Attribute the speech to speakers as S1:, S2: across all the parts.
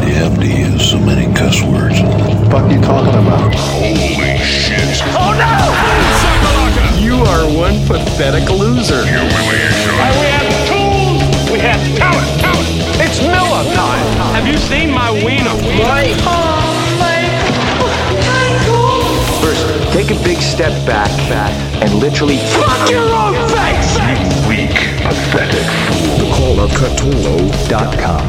S1: to use so many cuss words.
S2: What the fuck you talking about?
S3: Holy shit.
S4: Oh no!
S5: You are one pathetic loser.
S3: You really enjoy
S4: We have tools, we have talent, talent. It's Miller time. Have you seen my wiener?
S6: First, take a big step back, back, and literally
S4: Fuck your own face!
S3: weak, pathetic fool.
S6: Call.com.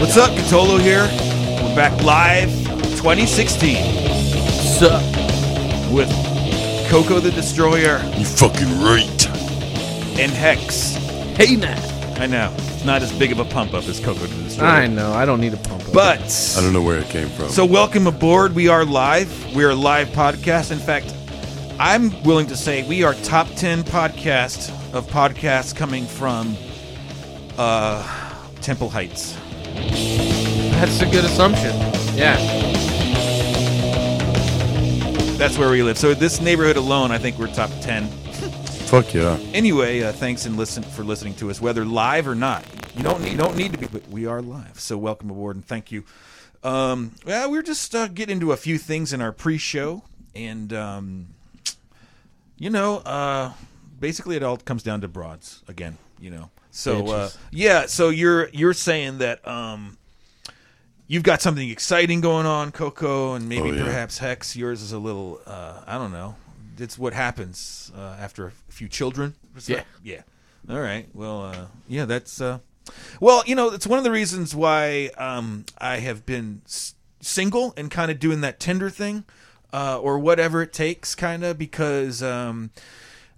S7: What's up, Catolo here. We're back live 2016. Sup? With Coco the Destroyer
S3: You fucking right.
S7: and Hex. Hey now. I know. It's not as big of a pump up as Coco the Destroyer.
S5: I know. I don't need a pump up.
S7: But
S3: I don't know where it came from.
S7: so welcome aboard. We are live. We are a live podcast. In fact, I'm willing to say we are top 10 podcast of podcasts coming from uh, Temple Heights.
S5: that's a good assumption. Yeah.
S7: That's where we live. So this neighborhood alone, I think we're top 10
S3: fuck yeah.
S7: Anyway, uh, thanks and listen for listening to us, whether live or not. You don't need, you don't need to be, but we are live. So welcome aboard and thank you. Um, yeah, we are just uh, getting into a few things in our pre-show, and um, you know, uh, basically it all comes down to broads again. You know, so uh, yeah, so you're you're saying that um, you've got something exciting going on, Coco, and maybe
S3: Oh, yeah.
S7: perhaps Hex. Yours is a little, uh, I don't know. It's what happens uh, after a few children. What's that? yeah. All right. Well, uh, yeah, that's. Uh, well, you know, it's one of the reasons why um, I have been s- single and kind of doing that Tinder thing, uh, or whatever it takes, kind of because. Um,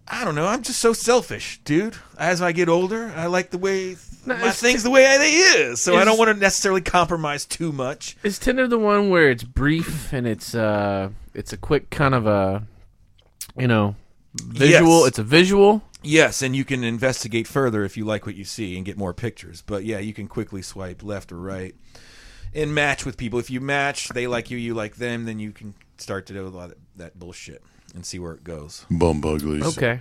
S7: I don't know. I'm just so selfish, dude. As I get older, I like the way my
S5: it's-
S7: things the way I- they is. So I
S5: Is-
S7: don't want to necessarily compromise too much.
S5: Is Tinder the one where it's brief and it's uh it's a quick kind of a you know visual?
S7: Yes.
S5: It's a visual.
S7: Yes, and you can investigate further if you like what you see and get more pictures. But yeah, you can quickly swipe left or right and match with people. If you match, they like you, you like them, then you can start to do a lot of that bullshit and see where it goes.
S3: Bumbuglies.
S5: Okay.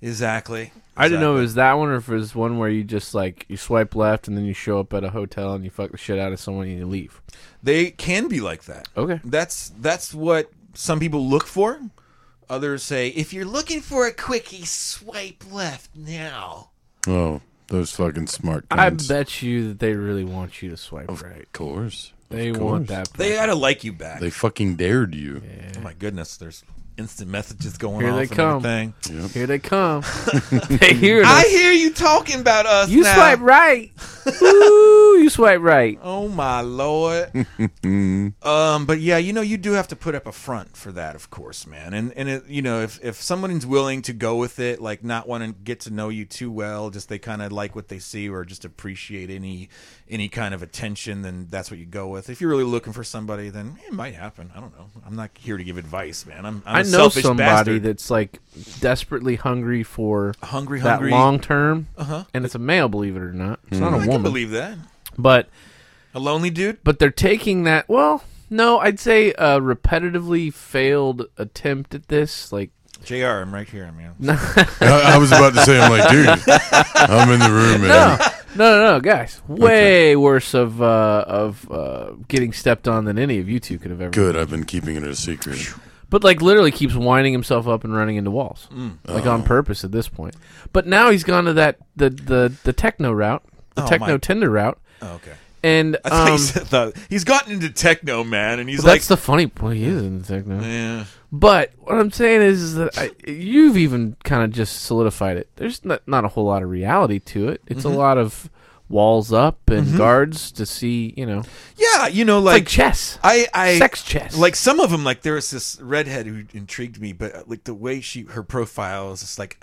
S7: Exactly.
S5: I didn't know if it was that one or if it was one where you just like you swipe left and then you show up at a hotel and you fuck the shit out of someone and you leave.
S7: they can be like that.
S5: Okay.
S7: That's that's what some people look for. Others say if you're looking for a quickie, swipe left now.
S3: Oh, those fucking smart
S5: I
S3: cunts.
S5: bet you that they really want you to swipe right.
S3: Of course. Of
S5: They want
S3: course.
S5: that.
S7: They gotta like you back.
S3: They fucking dared you.
S7: oh my goodness, there's instant messages going
S5: Here
S7: on.
S5: they
S7: from
S5: come.
S7: everything.
S5: Here they come. they hear us.
S7: I hear you talking about us.
S5: you
S7: now.
S5: swipe right. Ooh, you swipe right.
S7: Oh my lord. um, but yeah, you know, you do have to put up a front for that, of course, man. And and it, you know, if if someone's willing to go with it, like not want to get to know you too well, just they kind of like what they see or just appreciate any any kind of attention, then that's what you go with. If you're really looking for somebody, then it might happen. I don't know. I'm not here to give advice, man. I'm, I'm
S5: I
S7: a
S5: know
S7: selfish
S5: somebody
S7: bastard.
S5: that's like desperately hungry for
S7: hungry,
S5: that
S7: hungry. Uh-huh. Hmm.
S5: long term, and it's a male, believe it or not. It's not
S7: I
S5: a
S7: can
S5: woman,
S7: believe that.
S5: but
S7: A lonely dude.
S5: but they're taking that. Well, no, I'd say a repetitively failed attempt at this. Like,
S7: Jr. I'm right here, man.
S3: I, I was about to say, I'm like, dude, I'm in the room, man.
S5: no, no, no, guys, way worse of uh, of uh, getting stepped on than any of you two could have ever.
S3: Good, I've been keeping it a secret.
S5: But like literally keeps winding himself up and running into walls,
S7: Hmm.
S5: like
S7: Oh.
S5: on purpose at this point. But now he's gone to that the the the techno route, the
S7: Oh,
S5: techno
S7: my-
S5: Tinder route,
S7: Oh, okay.
S5: and
S7: I thought
S5: um,
S7: you said the- he's gotten into techno, man, and he's
S5: that's
S7: like,
S5: the funny point. He is in the techno.
S7: yeah.
S5: But what I'm saying is, is that I, you've even kind of just solidified it. There's not, not a whole lot of reality to it. It's
S7: Mm-hmm.
S5: a lot of walls up and guards to see. You know,
S7: Yeah, you know,
S5: like,
S7: Mm-hmm. like,
S5: chess.
S7: I, I
S5: Sex chess.
S7: Like some of them, like there was this redhead who intrigued me, but uh, like the way she her profile is just like,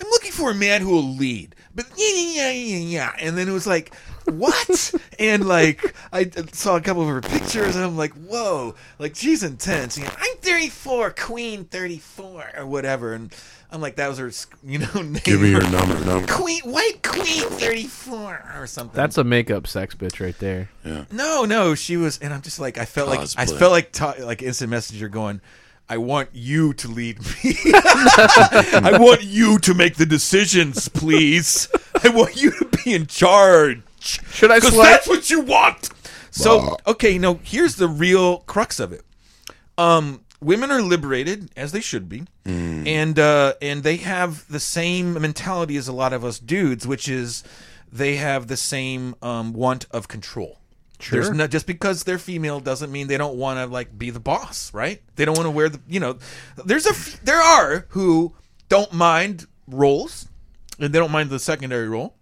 S7: I'm looking for a man who will lead, but yeah, yeah, yeah, yeah, yeah. And then it was like, what? and like I uh, saw a couple of her pictures, and I'm like, whoa, like she's intense. You know, I'm 34, Queen 34, or whatever, and. I'm like that was her, sc- you know, name.
S3: Give me your number. No,
S7: Queen, White Queen 34 or something.
S5: That's a makeup sex bitch right there.
S7: No, no, she was, and I'm just like, I felt like I
S3: Cosplay.
S7: felt like ta- like instant messenger going. I want you to lead me. I want you to make the decisions, please. I want you to be in charge.
S5: Should I
S7: Because
S5: sweat?
S7: that's what you want. So okay, now here's the real crux of it. Um, women are liberated as they should be,
S5: Hmm.
S7: and uh, and they have the same mentality as a lot of us dudes, which is they have the same um, want of control. There's no, just because they're female doesn't mean they don't want to like be the boss, right? They don't want to wear the you know. There's a f- there are who don't mind roles, and they don't mind the secondary role.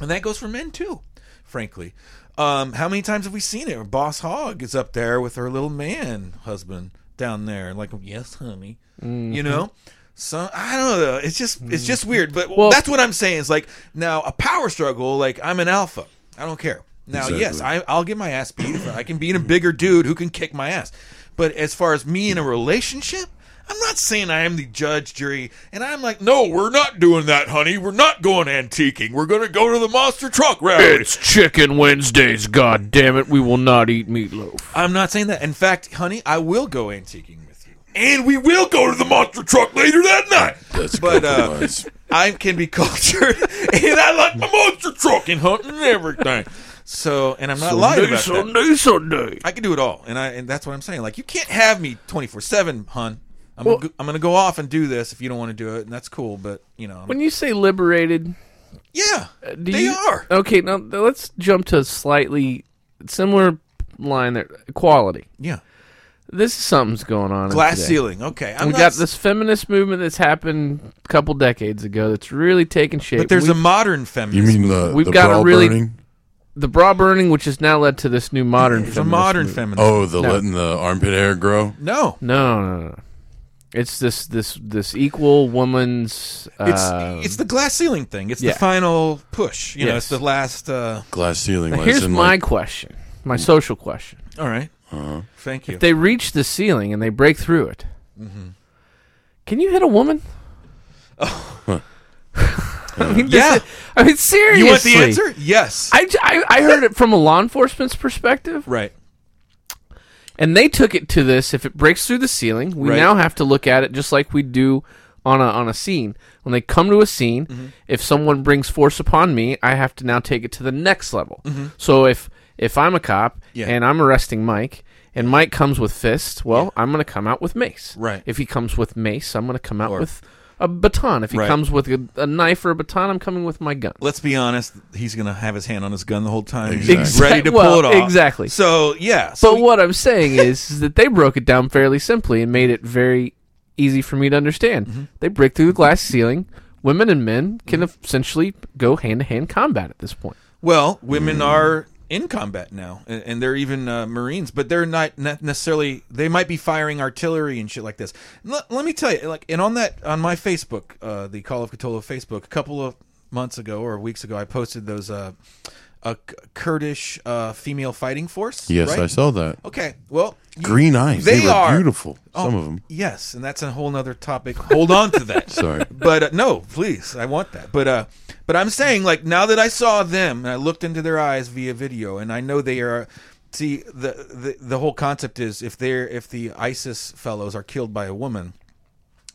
S7: And that goes for men too, frankly. Um, how many times have we seen it? Boss Hog is up there with her little man husband down there, like, yes, honey. You know? So I don't know. It's just it's just weird. But
S5: Well-
S7: that's what I'm saying. Is like now a power struggle, like I'm an alpha. I don't care. Now, yes, I, I'll get my ass beat. if I can be a bigger dude who can kick my ass. But as far as me in a relationship, I'm not saying I am the judge, jury, and I'm like, no, we're not doing that, honey. We're not going antiquing. We're going to go to the monster truck rally.
S5: Chicken Wednesdays, god damn it, we will not eat meatloaf.
S7: I'm not saying that. In fact, honey, I will go antiquing with you, and we will go to the monster truck later that night.
S3: That's
S7: But, uh,
S3: compromise.
S7: I can be cultured, and I like my monster truck and hunting and everything. So, and I'm not lying about that.
S5: Sunday.
S7: I can do it all, and I and that's what I'm saying. Like you can't have me 24 seven, hun. I'm
S5: Well-
S7: gonna, go- I'm gonna go off and do this if you don't want to do it, and that's cool. But you know,
S5: When you say liberated,
S7: yeah,
S5: do
S7: they
S5: you- Uh,
S7: are.
S5: Okay, now th- let's jump to a slightly similar line there. Equality.
S7: Yeah,
S5: This is something's going on. in
S7: glass
S5: today.
S7: ceiling. Okay, I'm
S5: we
S7: not
S5: got
S7: s-
S5: this feminist movement that's happened a couple decades ago that's really taken shape.
S7: But there's
S5: We-
S7: a modern feminist.
S3: you mean the
S5: We've
S3: the
S5: gotta
S3: bra
S5: really-
S3: burning?
S5: the bra burning, which has now led to this new modern
S7: There's a
S5: feminist
S7: modern
S5: movement.
S7: feminist?
S3: Oh, the letting the armpit hair grow.
S7: no,
S5: No, no, no. It's this this this equal woman's.
S7: it's
S5: um,
S7: it's the glass ceiling thing. It's
S5: yeah.
S7: the final push. You know, it's
S5: Yes.
S7: the last. Uh,
S3: Glass ceiling.
S5: Now,
S3: less
S5: here's
S3: than,
S5: my
S3: like-
S5: question, my social question.
S7: all right.
S3: Uh-huh.
S7: Thank you.
S5: They reach the ceiling and they break through it.
S7: Mm-hmm.
S5: Can you hit a woman? I mean, this
S7: Oh. Yeah.
S5: is- I mean, seriously.
S7: you want the answer? Yes.
S5: I, j- I- I heard it from a law enforcement's perspective,
S7: right.
S5: and they took it to this: if it breaks through the ceiling, we
S7: Right.
S5: now have to look at it just like we do on a on a scene. When they come to a scene,
S7: Mm-hmm.
S5: if someone brings force upon me, I have to now take it to the next level. So if if I'm a cop
S7: Mm-hmm. Yeah.
S5: and I'm arresting Mike. And Mike comes with fists. Well, I'm going to come out with mace.
S7: Right.
S5: If he comes with mace, I'm going to come out
S7: Or-
S5: with a baton. If he
S7: Right.
S5: comes with a, a knife or a baton, I'm coming with my gun.
S7: Let's be honest. He's gonna have his hand on his gun the whole time. He's
S3: Exactly.
S7: ready to
S5: Well,
S7: pull it off.
S5: exactly.
S7: So yeah. So
S5: But what I'm saying is, is that they broke it down fairly simply and made it very easy for me to understand. They break through the glass ceiling. Women and men can essentially go hand to hand combat at this point.
S7: Well, women
S3: Mm.
S7: are in combat now, and, and they're even uh, Marines, but they're not, not necessarily. They might be firing artillery and shit like this. L- let me tell you, like, and on that, on my Facebook, uh, the Call of Cthulhu Facebook, a couple of months ago or weeks ago, I posted those uh, a K- Kurdish uh, female fighting force.
S3: Yes,
S7: right?
S3: I saw that.
S7: Okay, well, you-
S3: Green eyes. They,
S7: They
S3: were
S7: are-
S3: beautiful. Some
S7: oh,
S3: of them.
S7: Yes, and that's a whole nother topic. Hold on to that.
S3: Sorry.
S7: but uh, no, please, I want that. But uh, but I'm saying like now that I saw them and I looked into their eyes via video, and I know they are. See, the the, the whole concept is if they're if the ISIS fellows are killed by a woman,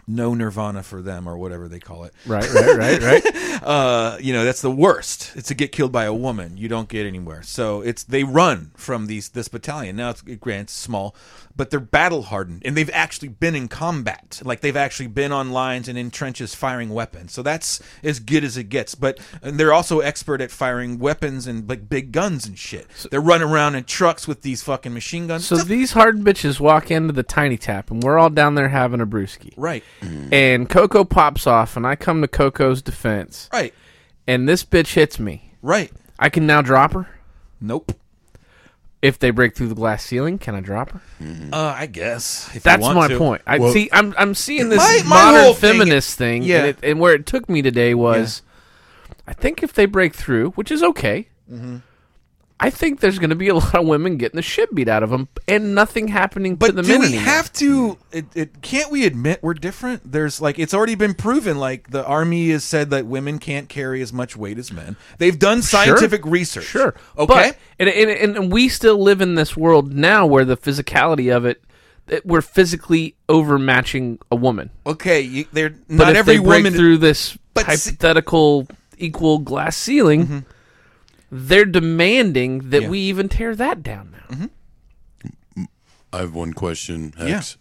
S7: no Nirvana for them or whatever they call it.
S5: Right, right, right, right.
S7: Uh, you know that's the worst. It's to get killed by a woman. You don't get anywhere. So it's they run from these this battalion. Now it's grants small, but they're battle hardened and they've actually been in combat. Like they've actually been on lines and in trenches firing weapons. So that's as good as it gets. But and they're also expert at firing weapons and like big guns and shit. they're running around in trucks with these fucking machine guns.
S5: so
S7: Stuff-
S5: these hard bitches walk into the tiny tap, and we're all down there having a brewski.
S7: right,
S5: And Coco pops off, and I come to Coco's defense,
S7: right,
S5: and this bitch hits me.
S7: right.
S5: I can now drop her.
S7: Nope.
S5: If they break through the glass ceiling, can I drop her?
S7: Uh, I guess if you
S5: That's
S7: want
S5: my
S7: to.
S5: point. I
S3: Well-
S5: see. I'm I'm seeing this
S7: My- my whole
S5: modern
S7: thing-
S5: feminist thing,
S7: Yeah.
S5: and, it, and where it took me today was, I think if they break through, which is okay,
S7: Mm-hmm.
S5: I think there's going to be a lot of women getting the shit beat out of them, and nothing happening to
S7: But
S5: the
S7: do
S5: men
S7: we
S5: anymore.
S7: have to? It, it can't we admit we're different? There's like it's already been proven. Like the army has said that women can't carry as much weight as men. They've done scientific research.
S5: Sure.
S7: Okay.
S5: But- and, and and we still live in this world now where the physicality of it, that we're physically overmatching a woman.
S7: okay. You, they're
S5: But
S7: not
S5: if
S7: every
S5: they break
S7: woman.
S5: through this
S7: But see-
S5: hypothetical equal glass ceiling. they're demanding
S7: Mm-hmm. Yeah.
S5: that
S7: Mm-hmm.
S5: we even tear that down now.
S3: I have one question, Hex.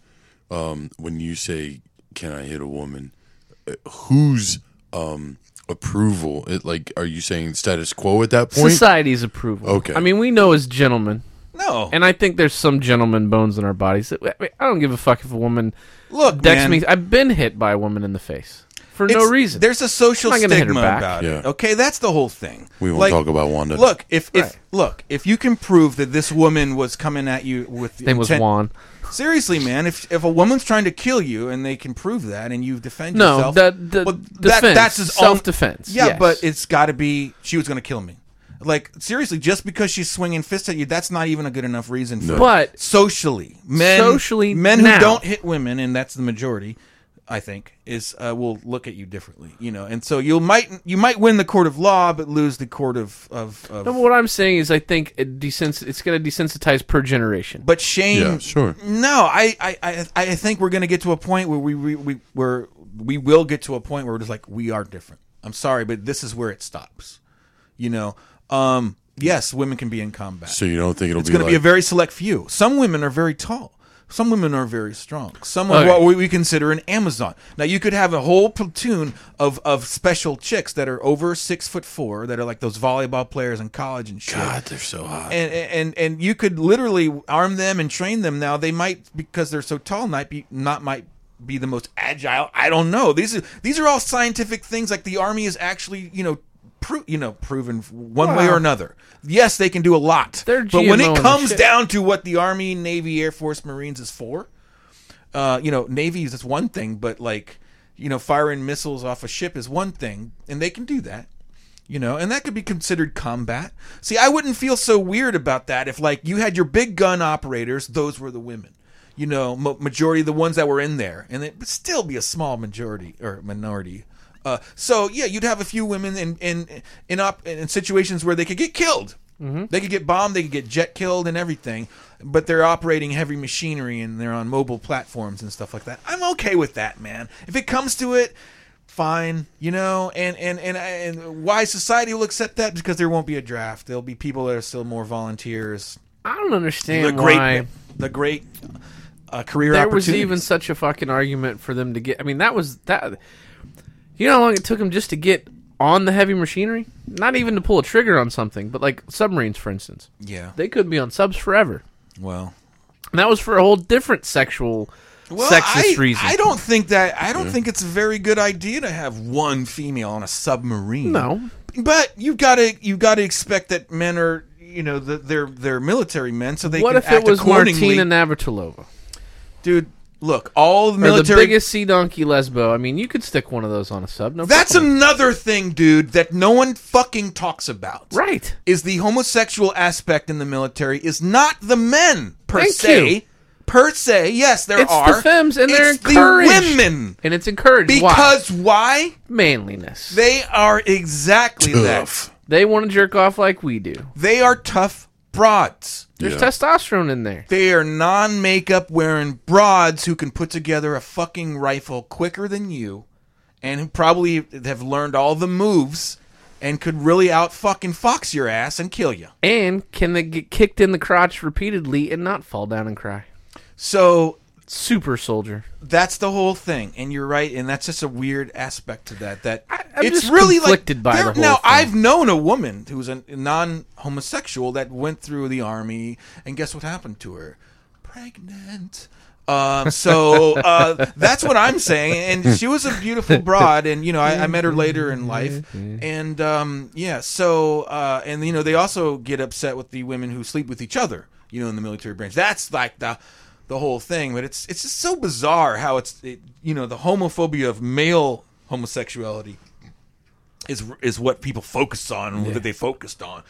S3: Um, when you say, "Can I hit a woman?" uh, Whose um, approval? It, like, are you saying status quo at that point?
S5: Society's approval.
S3: Okay.
S5: I mean, we know as gentlemen,
S7: No.
S5: and I think there's some gentleman bones in our bodies. That, I, mean, I don't give a fuck if a woman
S7: Look,
S5: decks
S7: man,
S5: me. I've been hit by a woman in the face for no
S7: it's-
S5: reason.
S7: There's a social
S5: I'm not
S7: stigma
S5: gonna hit her back.
S7: about it.
S3: Yeah.
S7: Okay, that's the whole thing.
S3: We won't
S7: Like,
S3: talk about Wanda.
S7: Look, if if
S5: Right.
S7: look, if you can prove that this woman was coming at you with the
S5: name was
S7: intent-
S5: Juan.
S7: Seriously, man, if if a woman's trying to kill you and they can prove that and you defend
S5: No,
S7: yourself,
S5: that- that- defense, self-defense,
S7: Yeah,
S5: yes.
S7: but it's got to be she was going to kill me. Like seriously, just because she's swinging fists at you, that's not even a good enough reason for.
S5: But-
S7: socially, men,
S5: Socially,
S7: men who
S5: now.
S7: don't hit women, and that's the majority, I think, is uh, will look at you differently, you know. And so you might you might win the court of law, but lose the court of of. of
S5: No, but what I'm saying is, I think it desens- it's going to desensitize per generation.
S7: But shame.
S3: Yeah, sure.
S7: No, I, I, I, I think we're gonna get to a point where we, we, we where we will get to a point where we're just like we are different. I'm sorry, but this is where it stops. You know, um, yes, women can be in combat.
S3: So you don't think it'll
S7: it's
S3: be
S7: gonna
S3: like
S7: be a very select few. Some women are very tall. Some women are very strong. Some are
S5: Okay.
S7: what we- we consider an Amazon. Now you could have a whole platoon of, of special chicks that are over six foot four, that are like those volleyball players in college and shit
S3: God? They're so hot.
S7: and and and you could literally arm them and train them now they might because they're so tall might be not might be the most agile i don't know these are these are all scientific things like the army is actually you know pro- you know proven one way or another yes they can do a lot
S5: They're
S7: but when
S5: GMOing
S7: it
S5: the
S7: comes
S5: shit.
S7: down to what the army navy air force marines is for uh, you know, Navy is one thing, but like, you know, firing missiles off a ship is one thing, and they can do that. You know, and that could be considered combat. See, I wouldn't feel so weird about that if, like, you had your big gun operators; those were the women. You know, ma- majority of the ones that were in there, and it would still be a small majority or minority. Uh, so yeah, you'd have a few women in in in op- in situations where they could get killed. They could get bombed, they could get jet killed, and everything. But they're operating heavy machinery and they're on mobile platforms and stuff like that. I'm okay with that, man. If it comes to it, fine, you know. And and and and why society will accept that because there won't be a draft. There'll be people that are still more volunteers.
S5: I don't understand
S7: The
S5: why
S7: great, the great uh, career
S5: there was
S7: opportunities.
S5: even such a fucking argument for them to get. I mean, that was that. You know how long it took them just to get on the heavy machinery? Not even to pull a trigger on something, but like submarines, for instance,
S7: yeah.
S5: they could be on subs forever.
S7: well,
S5: And that was for a whole different sexual,
S7: I,
S5: sexist reason.
S7: I don't think that. I don't think it's a very good idea to have one female on a submarine.
S5: No.
S7: but you gotta you gotta expect that men are you know that they're they're military men, so they
S5: What
S7: can
S5: if it
S7: act
S5: was
S7: accordingly.
S5: Martina Navratilova?
S7: Dude, look, all the
S5: Or the
S7: military.
S5: biggest sea donkey lesbo. I mean, you could stick one of those on a sub. No
S7: that's
S5: problem.
S7: another thing, dude, that no one fucking talks about.
S5: right.
S7: Is the homosexual aspect in the military is not the men per
S5: Thank
S7: se.
S5: you.
S7: Per se, yes, there
S5: It's
S7: are
S5: the femmes, and they're
S7: it's
S5: encouraged.
S7: the women.
S5: And it's encouraged
S7: Because why?
S5: why? manliness. They,
S7: They are exactly
S3: Tough.
S7: that.
S5: want to jerk off like we do.
S7: They are tough broads.
S5: There's
S3: Yeah.
S5: testosterone in there.
S7: They are non makeup wearing broads who can put together a fucking rifle quicker than you and who probably have learned all the moves and could really out fucking fox your ass and kill you.
S5: And can they get kicked in the crotch repeatedly and not fall down and cry?
S7: So
S5: Super soldier.
S7: that's the whole thing and you're right and that's just a weird aspect to that that
S5: I'm
S7: it's
S5: just
S7: really
S5: conflicted
S7: like
S5: by the
S7: there-
S5: whole
S7: now
S5: thing.
S7: i've known a woman who was a non-homosexual that went through the army and guess what happened to her pregnant um, so uh, that's what I'm saying, and she was a beautiful broad, and you know I, I met her later in life, and um, yeah, so uh, and you know they also get upset with the women who sleep with each other, you know, in the military branch. That's like the the whole thing. But it's it's just so bizarre how it's it, you know the homophobia of male homosexuality is is what people focus on that they focused on.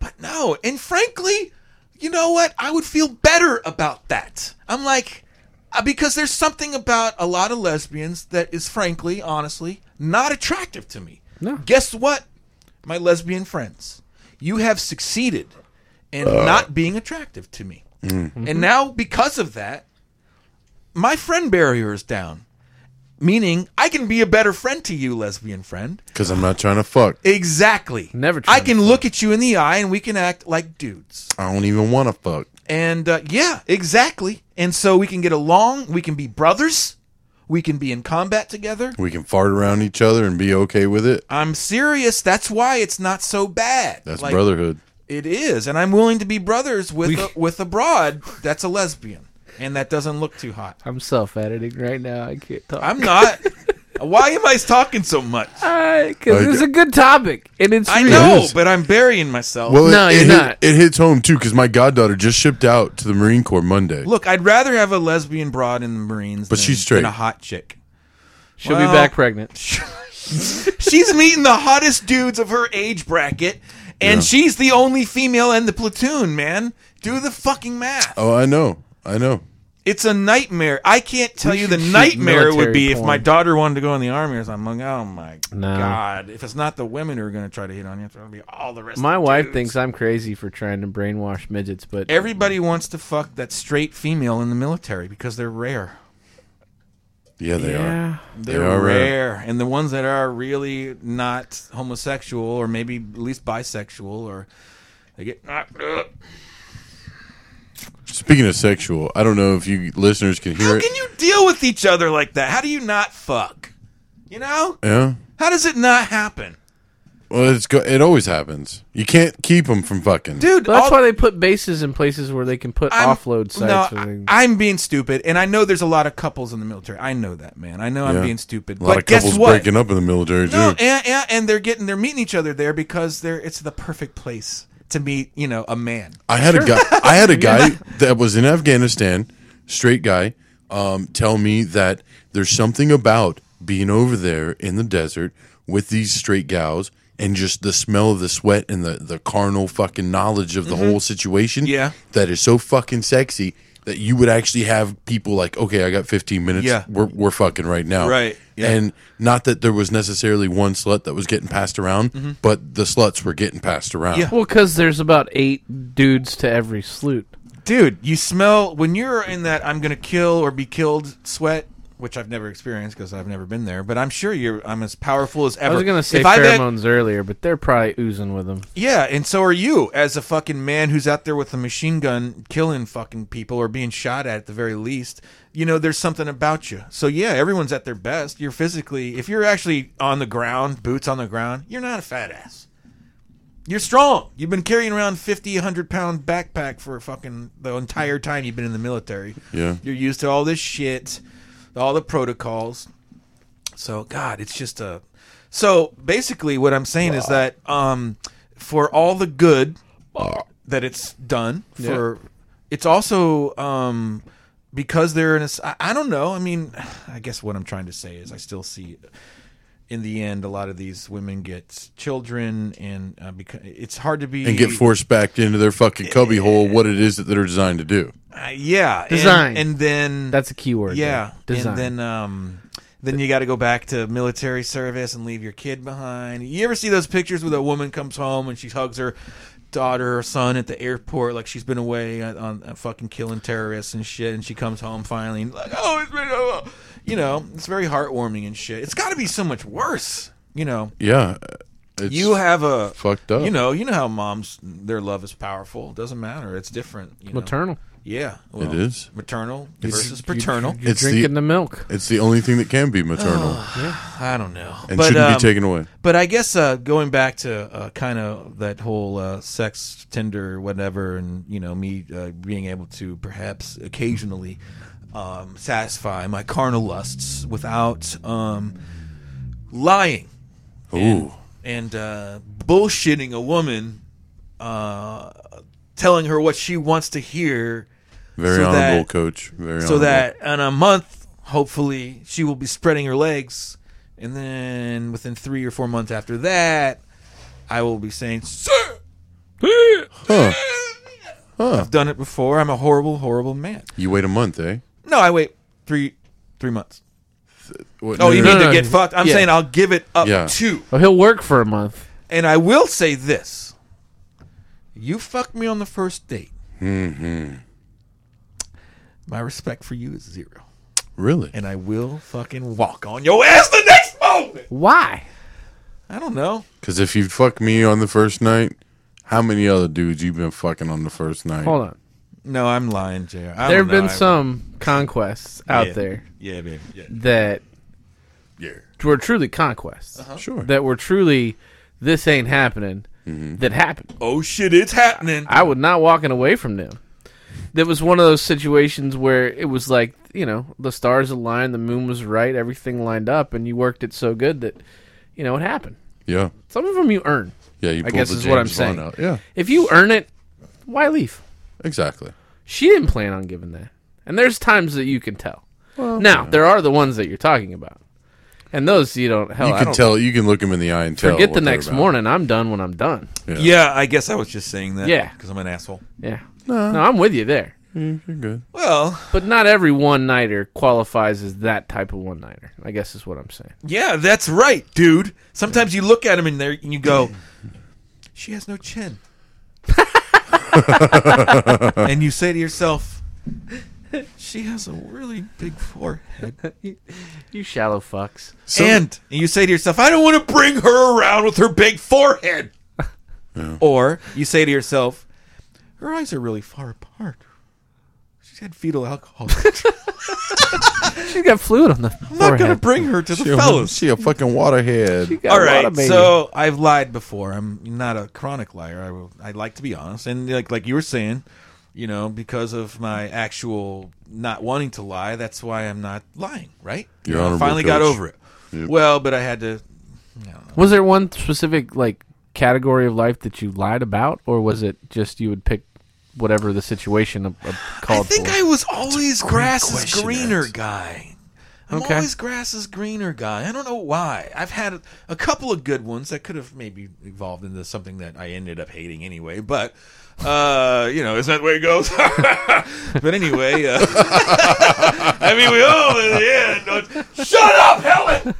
S7: But no, and frankly, you know what? I would feel better about that. I'm like uh, because there's something about a lot of lesbians that is frankly, honestly, not attractive to me.
S5: No.
S7: Guess what? My lesbian friends, you have succeeded in not being attractive to me. And now because of that, my friend barrier is down. Meaning, I can be a better friend to you, lesbian friend.
S3: because I'm not trying to fuck.
S7: Exactly.
S5: Never
S7: I
S5: trying
S7: can
S5: to
S7: look at you in the eye and we can act like dudes.
S3: I don't even want to fuck.
S7: And uh, yeah, exactly. And so we can get along. We can be brothers. We can be in combat together.
S3: We can fart around each other and be okay with it.
S7: I'm serious. That's why it's not so bad.
S3: That's
S7: Like,
S3: brotherhood.
S7: It is, and I'm willing to be brothers with a, with a broad that's a lesbian, and that doesn't look too hot.
S5: I'm self editing right now. I can't talk.
S7: I'm not. Why am I talking so much?
S5: Because
S3: I-
S5: it's a good topic, and it's
S7: I
S5: real.
S7: know, but I'm burying myself.
S3: Well,
S5: No,
S3: it,
S5: you're
S3: it
S5: not.
S3: Hit, it hits home too because my goddaughter just shipped out to the Marine Corps Monday.
S7: Look, I'd rather have a lesbian broad in the Marines,
S3: But
S7: than,
S3: she's straight.
S7: than a hot chick.
S5: She'll
S7: Well-
S5: be back pregnant.
S7: She's meeting the hottest dudes of her age bracket, and she's the only female in the platoon. Man, do the fucking math.
S3: Oh, I know, I know.
S7: It's a nightmare. I can't tell
S5: We
S7: you the
S5: should shoot
S7: nightmare it would
S5: military
S7: be if
S5: porn.
S7: my daughter wanted to go in the army or something. I'm like, oh my
S5: No.
S7: god! If it's not the women who are going to try to hit on you, it's going to be all the rest.
S5: My
S7: of the
S5: wife
S7: dudes.
S5: thinks I'm crazy for trying to brainwash midgets, but
S7: everybody wants to fuck that straight female in the military because they're rare.
S3: Yeah, they are.
S5: yeah,
S7: They're
S3: are rare.
S7: rare. and the ones that are really not homosexual or maybe at least bisexual or they get knocked up.
S3: Speaking of sexual, I don't know if you listeners can hear
S7: How
S3: it.
S7: can you deal with each other like that? How do you not fuck? You know?
S3: yeah.
S7: How does it not happen?
S3: Well, it's go- it always happens. You can't keep them from fucking.
S7: Dude,
S5: But that's
S7: all-
S5: why they put bases in places where they can put
S7: I'm-
S5: offload sites.
S7: No,
S5: where they-
S7: I, am being stupid, and I know there's a lot of couples in the military. I know that, man. I know
S3: Yeah.
S7: I'm being stupid.
S3: A lot
S7: but
S3: of
S7: guess
S3: couples
S7: what?
S3: breaking up in the military
S7: no,
S3: too.
S7: and, and, and they're getting they're meeting each other there because they're it's the perfect place to meet you know a man.
S3: I had a guy. I had a guy that was in Afghanistan, straight guy, um, tell me that there's something about being over there in the desert with these straight gals and just the smell of the sweat and the the carnal fucking knowledge of the whole situation.
S7: Mm-hmm. Yeah.
S3: that is so fucking sexy that you would actually have people like, okay, I got 15 minutes.
S7: Yeah.
S3: we're we're fucking right now.
S7: Right, yeah.
S3: and not that there was necessarily one slut that was getting passed around, but the sluts were getting passed around.
S7: Mm-hmm. Yeah.
S5: well, because there's about eight dudes to every sloot.
S7: Dude, you smell when you're in that I'm gonna kill or be killed sweat. Which I've never experienced because I've never been there, but I'm sure you're. I'm as powerful as
S5: I
S7: ever.
S5: was gonna say
S7: If I've had-
S5: pheromones earlier, but they're probably oozing with them.
S7: Yeah, and so are you, as a fucking man who's out there with a machine gun killing fucking people or being shot at at the very least. You know, there's something about you. So yeah, everyone's at their best. You're physically, if you're actually on the ground, boots on the ground, you're not a fat ass. You're strong. You've been carrying around 50, 100 pound backpack for fucking the entire time you've been in the military.
S3: Yeah.
S7: You're used to all this shit, all the protocols. So God, it's just a. So basically, what I'm saying is that um, for all the good that it's done for, it's also um, because they're in a. s- I, I don't know. I mean, I guess what I'm trying to say is I still see. In the end, a lot of these women get children, and uh, because it's hard to be
S3: and get forced back into their fucking cubbyhole what it is that they're designed to do.
S7: Uh, yeah, and-
S5: Design.
S7: and, then
S5: That's a key word.
S7: yeah,
S5: there. design.
S7: and then um, then you got to go back to military service and leave your kid behind. You ever see those pictures where a woman comes home and she hugs her daughter or son at the airport like she's been away on, on, on fucking killing terrorists and shit, and she comes home finally and like, oh, it's been, oh, oh." you know, it's very heartwarming and shit. It's got to be so much worse, you know.
S3: Yeah. It's,
S7: You have a
S3: fucked up.
S7: You know, you know how moms their love is powerful. It doesn't matter. It's different. You know?
S5: maternal.
S7: Yeah, well,
S3: is.
S7: maternal versus paternal.
S5: You're
S3: It's the-
S5: drinking the, milk.
S3: it's the only thing that can be maternal
S7: I don't know,
S3: and
S7: But,
S3: shouldn't
S7: um,
S3: be taken away.
S7: But I guess uh, going back to uh, kind of that whole uh, sex, Tinder, whatever, and you know me uh, being able to perhaps occasionally um, satisfy my carnal lusts without um, lying Oh,
S3: Ooh.
S7: and uh, bullshitting a woman, uh, telling her what she wants to hear,
S3: Very
S7: so
S3: honorable
S7: that-
S3: coach. Very
S7: so
S3: honorable.
S7: that in a month, hopefully, she will be spreading her legs, and then within three or four months after that, I will be saying, "Sir,
S3: Huh.
S7: I've done it before. I'm a horrible, horrible man."
S3: You wait a month, eh?
S7: No, I wait three, three months.
S3: What-
S7: Oh,
S3: no,
S7: you
S3: no,
S7: mean
S3: no.
S7: to get fucked? I'm
S5: Yeah.
S7: saying I'll give it up
S3: Yeah.
S7: to,
S5: Oh, he'll work for a month.
S7: and I will say this: You fucked me on the first date. Mm-hmm. My respect for you is zero.
S3: Really?
S7: and I will fucking walk on your ass the next moment.
S5: Why?
S7: I don't know.
S3: Because if you fuck me on the first night, how many other dudes you been fucking on the first night?
S5: Hold on.
S7: No, I'm lying, Jr. I
S5: There
S7: don't
S5: have been
S7: know. I-
S5: some conquests out
S7: Yeah.
S5: there
S7: Yeah, baby. Yeah.
S5: that
S3: Yeah.
S5: were truly conquests.
S7: Uh-huh.
S3: Sure.
S5: That were truly, this ain't happening. That happened.
S7: Oh shit, it's happening.
S5: I was not walking away from them. That was one of those situations where it was like, you know, the stars aligned, the moon was right, everything lined up, and you worked it so good that, you know, it happened.
S3: yeah.
S5: Some of them you earn.
S3: Yeah. You
S5: I
S3: pulled
S5: guess
S3: the
S5: is what I'm
S3: James Bond
S5: saying.
S3: out. Yeah.
S5: If you earn it, why leave?
S3: Exactly.
S5: She didn't plan on giving that. And there's times that you can tell. now, there are the ones that you're talking about. And those you don't, hell,
S3: You
S5: Oh, I
S3: can
S5: don't
S3: tell. You can look him in the eye and tell.
S5: forget
S3: what
S5: the
S3: they're
S5: next
S3: about.
S5: morning. I'm done when I'm done.
S3: Yeah.
S7: yeah, I guess I was just saying that.
S5: Yeah.
S7: because I'm an asshole.
S5: Yeah. no, I'm with you there.
S3: You're good.
S7: Well,
S5: But not every one nighter qualifies as that type of one nighter. I guess is what I'm saying.
S7: yeah, that's right, dude. Sometimes you look at him in there and you go, "She has no chin," and you say to yourself, "She has a really big forehead."
S5: You shallow fucks.
S7: and you say to yourself, I don't want to bring her around with her big forehead. Or you say to yourself, her eyes are really far apart. She's had fetal alcohol.
S5: She's got fluid on the
S7: I'm not going to
S5: forehead.
S7: bring her to the
S3: She a-
S7: fellas.
S3: she a fucking waterhead.
S5: Got
S7: All
S5: a lot
S7: right,
S5: of baby.
S7: so I've lied before. I'm not a chronic liar. I, will, I like to be honest, and like like you were saying, you know, because of my actual not wanting to lie, that's why I'm not lying. Right?
S3: You're
S7: You know, I
S3: honorable,
S7: finally got
S3: Coach.
S7: over it. Well, but I had to.
S5: was there one specific like category of life that you lied about, or was it just you would pick whatever the situation a, a
S7: I
S5: called
S7: think
S5: for?
S7: I was always grass is
S3: question,
S7: greener
S3: Alex.
S7: guy. I'm
S5: Okay.
S7: always grass is greener guy. I don't know why. I've had a couple of good ones that could have maybe evolved into something that I ended up hating anyway. But uh, you know, is that the way it goes? but anyway, uh, I mean, we all yeah. no- shut up, Helen.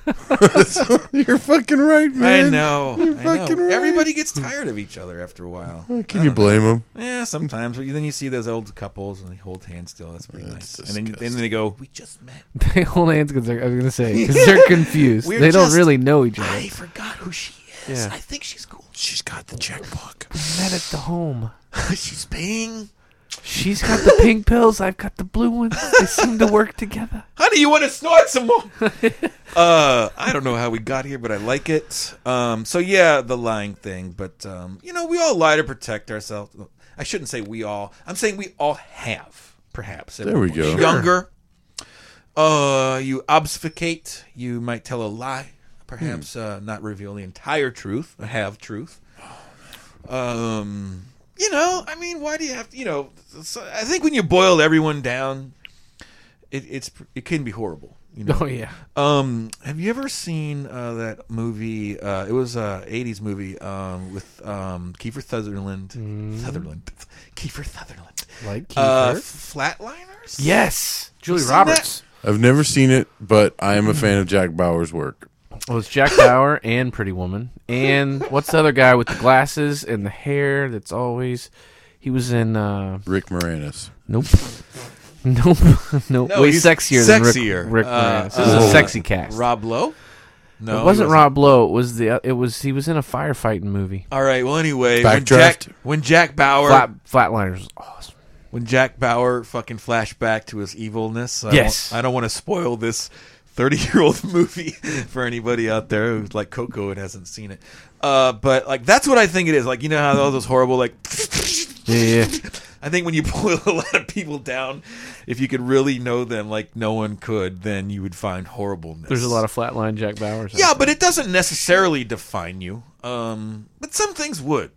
S3: You're fucking right, man.
S7: I know. I know.
S3: fucking right.
S7: Everybody gets tired of each other after a while.
S3: Can you blame him?
S7: Yeah, sometimes. But then you see those old couples and they hold hands still. That's pretty nice. And then, you, and then they go, "We just met.
S5: they hold hands because they're, I was gonna say 'cause they're confused.
S7: We're
S5: they don't
S7: just-
S5: really know each other.
S7: I forgot who she is.
S5: Yeah.
S7: I think she's cool. She's got the checkbook.
S5: Met at the home.
S7: she's paying.
S5: She's got the pink pills. I've got the blue ones. They seem to work together.
S7: Honey, you want to snort some more? uh, I don't know how we got here, but I like it. Um, so yeah, the lying thing. But um, you know, we all lie to protect ourselves. I shouldn't say we all. I'm saying we all have, perhaps. at
S3: There
S7: one
S3: we
S7: point.
S3: go. Sure.
S7: Younger. Uh, you obfuscate. You might tell a lie. Perhaps
S3: Hmm.
S7: uh, not reveal the entire truth. Or have truth. Um, you know, I mean, why do you have to? You know, so I think when you boil everyone down, it, it's it can be horrible. You know.
S5: Oh yeah.
S7: Um, have you ever seen uh, that movie? Uh, it was a '80s movie um, with um, Kiefer Sutherland. Sutherland, Kiefer Sutherland.
S5: Mm-hmm. Like
S7: Uh,
S5: Kiefer?
S7: Flatliners.
S5: Yes, Julie
S7: seen
S5: Roberts.
S3: I've never seen it, but I am a fan of Jack Bauer's work.
S5: Well, it's Jack Bauer and Pretty Woman, and what's the other guy with the glasses and the hair that's always? He was in. uh
S3: Rick Moranis.
S5: Nope. Nope. nope.
S7: No,
S5: Way
S7: he's
S5: sexier, than Rick.
S7: sexier.
S5: Rick
S7: Uh,
S5: Moranis. This is a
S7: uh,
S5: sexy cast.
S7: Rob Lowe. No,
S5: it
S7: he
S5: wasn't Rob Lowe. It was the. It was he was in a firefighting movie.
S7: All right. Well, anyway, when
S3: Backdraft.
S7: Jack, when Jack Bauer,
S5: Flat, Flatliners Oh, was awesome.
S7: when Jack Bauer fucking flashed back to his evilness. I
S5: Yes.
S7: won't- I don't want to spoil this 30 year old movie for anybody out there who's like Coco and hasn't seen it. Uh, but like, that's what I think it is. Like, you know how all those horrible, like,
S5: Yeah,
S7: I think when you boil a lot of people down, if you could really know them like no one could, then you would find horribleness.
S5: there's a lot of flatline Jack Bowers.
S7: Yeah, but it doesn't necessarily define you. Um, but some things would,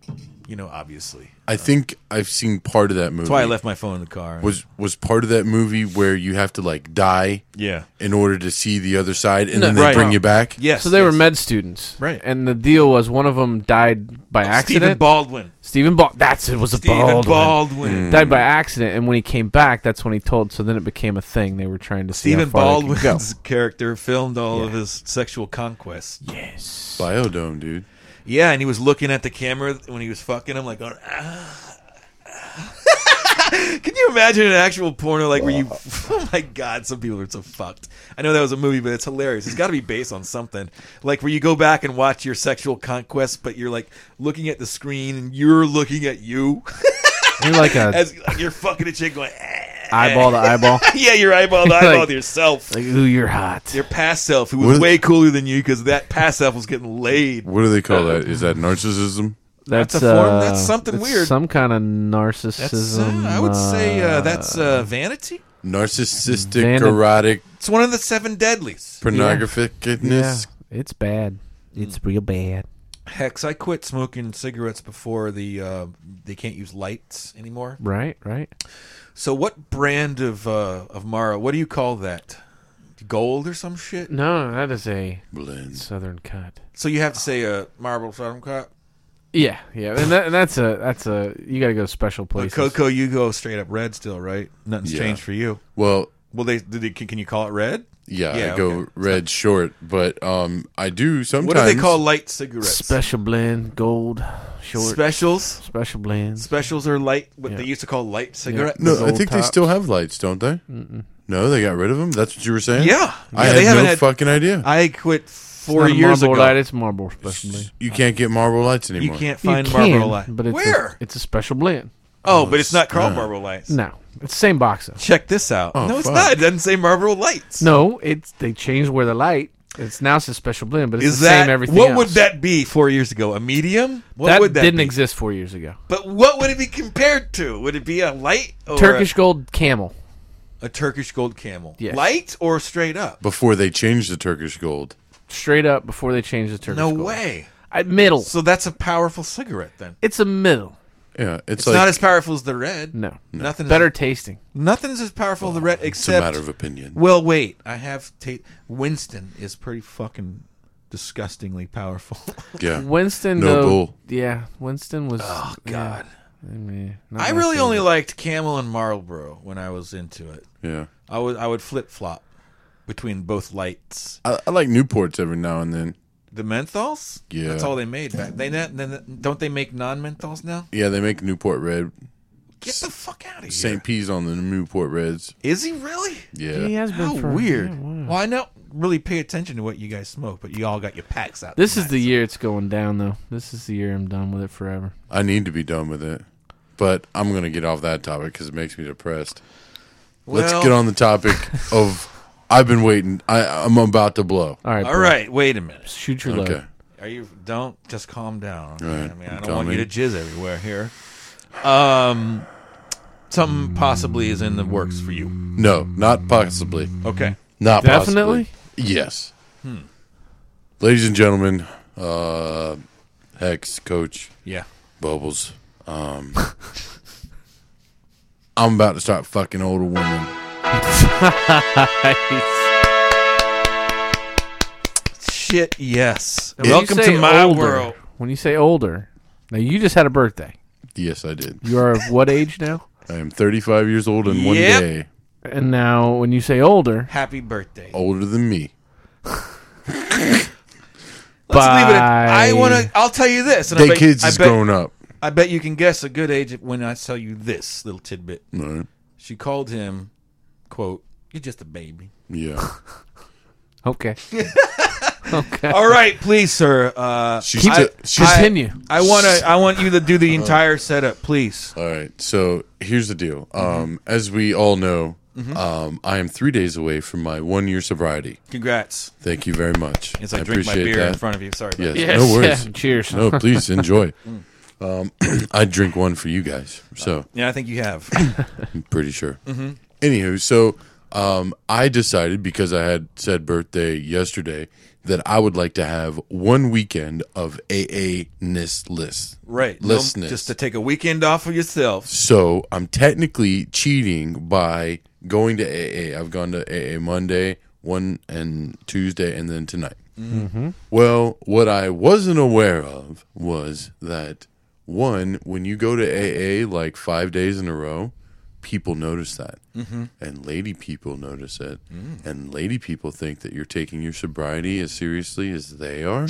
S7: you know, obviously.
S3: I think I've seen part of that movie.
S7: That's why I left my phone in the car.
S3: Was was part of that movie where you have to like die
S7: yeah.
S3: in order to see the other side, and then they
S7: right.
S3: bring you back.
S7: Yes.
S5: So they were
S7: yes.
S5: med students,
S7: Right.
S5: And the deal was one of them died by accident.
S7: Stephen Baldwin.
S5: Stephen Ball. That's it. Was a
S7: Stephen
S5: Baldwin.
S7: Baldwin. Mm.
S5: Died by accident, and when he came back, that's when he told. So then it became a thing. They were trying to see how
S7: Stephen
S5: far they could go.
S7: Baldwin's character filmed all of his sexual conquests. Yeah.
S3: Biodome, dude.
S7: and he was looking at the camera when he was fucking him, like, going, "Oh, ah. Can you imagine an actual porno like where you? Oh my god, some people are so fucked. I know that was a movie, but it's hilarious. It's got to be based on something like where you go back and watch your sexual conquest, but you're like looking at the screen and you're looking at you
S5: You're like a
S7: as like, you're fucking a chick going. "Eh."
S5: eyeball to eyeball.
S7: Yeah, you're eyeball to eyeball
S5: Like-
S7: to yourself.
S5: Like, ooh, you're hot.
S7: your past self, who was
S3: What-
S7: way cooler than you, because that past self was getting laid.
S3: What do they call
S7: Uh,
S3: that? Is that narcissism?
S5: that's,
S7: that's a form-
S5: uh,
S7: that's something
S5: that's
S7: weird.
S5: Some kind of
S7: That's, uh,
S5: narcissism.
S7: I would say uh, that's uh, vanity.
S3: Narcissistic,
S5: Vanity.
S3: erotic,
S7: It's one of the seven deadlies.
S3: pornographic
S5: yeah,
S3: goodness.
S5: it's bad. It's
S7: Mm.
S5: real bad.
S7: Hex, I quit smoking cigarettes before the uh, they can't use lights anymore.
S5: Right, right.
S7: So, what brand of uh, of Mara? What do you call that? Gold or some shit?
S5: No, that is a
S3: Blends.
S5: southern cut.
S7: So you have to say a marble Southern Cop.
S5: Yeah, yeah, and, that, and that's a that's a you got to go to special
S7: But
S5: places.
S7: Coco, you go straight up red still, right? Nothing's
S3: Yeah.
S7: changed for you.
S3: Well,
S7: Well, they, did they can, can you call it red?
S3: yeah,
S7: Yeah,
S3: I go
S7: okay.
S3: red short, but um, I do sometimes.
S7: What do they call light cigarettes?
S5: special blend, gold, short,
S7: Specials.
S5: special blend.
S7: Specials are light. What
S5: Yeah.
S7: they used to call light cigarettes.
S5: No.
S3: No, I
S5: gold
S3: think they
S5: tops?
S3: still have lights, don't they? No, they got rid of them. That's what you were saying.
S7: Yeah.
S3: I
S7: Yeah,
S3: had
S7: they haven't
S3: no
S7: had- Uh,
S3: fucking idea.
S7: I quit
S5: It's
S7: four
S5: not a
S7: years
S5: Marlboro
S7: ago.
S5: Light, it's Marlboro special blend.
S3: you can't get Marlboro lights
S7: You
S3: anymore.
S7: can't find
S5: you
S7: Marlboro
S5: can,
S7: Light.
S5: but it's
S7: Where?
S5: A, it's a special blend.
S7: oh, but it's not called
S3: not.
S7: Marlboro Lights.
S5: No, it's the same box. Though.
S7: Check this out.
S3: Oh,
S7: no, it's
S3: fuck.
S7: not. It doesn't say Marlboro Lights.
S5: No, it's they changed where the light. It's now it's a special blend, but it's
S7: Is
S5: the
S7: that
S5: same everything.
S7: what
S5: else.
S7: would that be four years ago? A medium? What
S5: that
S7: would that
S5: didn't
S7: be?
S5: exist four years ago.
S7: But what would it be compared to? Would it be a light or
S5: Turkish gold camel.
S7: a, a Turkish gold camel?
S5: Yes.
S7: Light or straight up?
S3: Before they changed the Turkish gold.
S5: Straight up before they changed the Turkish
S7: No
S5: gold.
S7: way.
S5: I, middle.
S7: So that's a powerful cigarette then.
S5: It's a middle.
S3: Yeah, it's,
S7: It's
S3: like
S7: not as powerful as the red.
S5: No. no.
S7: Nothing's
S5: Better tasting.
S7: Nothing's as powerful as the red
S3: it's a
S7: except
S3: matter of opinion.
S7: Well, wait. I have ta- Winston is pretty fucking disgustingly powerful.
S3: yeah,
S5: Winston
S3: No
S5: though,
S3: bull.
S5: Yeah, Winston was. Oh
S7: God.
S5: I, mean, not
S7: I
S5: my
S7: really only
S5: favorite.
S7: liked Camel and Marlboro when I was into it.
S3: yeah.
S7: I would I would flip flop between both lights.
S3: I, I like Newports every now and then.
S7: The menthols?
S3: Yeah.
S7: That's all they made back. They not, then don't they make non-menthols now?
S3: Yeah, they make Newport Red.
S7: Get the fuck out of here.
S3: St. P's on the Newport Reds.
S7: Is he really?
S3: Yeah,
S5: He has been
S7: How
S5: for-
S7: weird.
S5: yeah, wow.
S7: Well, I don't really pay attention to what you guys smoke, but you all got your packs out.
S5: This is the
S7: tonight.
S5: year it's going down though. This is the year I'm done with it forever.
S3: I need to be done with it, but I'm gonna get off that topic because it makes me depressed. Let's
S7: Well-
S3: get on the topic of. I've been waiting. I, I'm about to blow.
S5: All right.
S7: All
S5: bro.
S7: right, wait a minute.
S5: Shoot your
S3: Okay.
S5: load.
S7: Are you? Don't just calm down. okay?
S3: Right,
S7: I mean, I
S3: I'm
S7: don't want
S3: calming.
S7: you to jizz everywhere here. Um, something possibly is in the works for you.
S3: No, not possibly.
S7: Okay.
S3: Not
S5: Definitely?
S3: Possibly. Yes.
S7: Hmm.
S3: Ladies and gentlemen, uh, Hex, Coach,
S7: Yeah.
S3: Bubbles, um, I'm about to start fucking older women.
S7: Shit. Yes.
S5: When you
S7: Welcome
S5: say
S7: to my
S5: older-
S7: world.
S5: When you say older, now you just had a birthday.
S3: Yes, I did.
S5: You are of what age now?
S3: I am 35 years old and one
S7: Yep.
S3: day
S5: And now when you say older,
S7: Happy birthday.
S3: older than me.
S7: Let's leave it. At,
S5: Bye.
S7: I want to. I'll tell you this. And I
S3: They
S7: bet,
S3: kids
S7: I
S3: is
S7: bet,
S3: grown up.
S7: I bet you can guess a good age when I tell you this little tidbit.
S3: Right.
S7: She called him, quote, "You're just a baby."
S3: Yeah.
S5: okay. okay.
S7: All right, please, sir. Uh,
S3: She's
S5: Keep
S3: t-
S5: it.
S3: she's-
S5: Continue.
S7: I want to. I want you to do the entire setup, please.
S3: All right. So here's the deal.
S7: Mm-hmm.
S3: Um, As we all know, um, I am three days away from my one year sobriety.
S7: Congrats.
S3: Thank you very much.
S7: As I,
S3: I
S7: drink my
S3: appreciate
S7: beer in
S3: that.
S7: front of you. Sorry.
S3: Yes,
S7: about
S5: Yes,
S3: no worries.
S5: yeah, cheers.
S3: No, please enjoy. Um, I drink one for you guys, so
S7: that. Yeah, I think you have.
S3: I'm pretty sure. Mm-hmm. Anywho, so um, I decided because I had said birthday yesterday that I would like to have one weekend of AA ness list.
S7: right. No,
S3: Listness.
S7: just to take a weekend off of yourself.
S3: So I'm technically cheating by going to AA. I've gone to AA Monday, one and Tuesday, and then tonight. Mm-hmm. Well, what I wasn't aware of was that one, when you go to AA like five days in a row, people notice that, mm-hmm. Mm. and lady people notice it, and lady people think that you're taking your sobriety as seriously as they are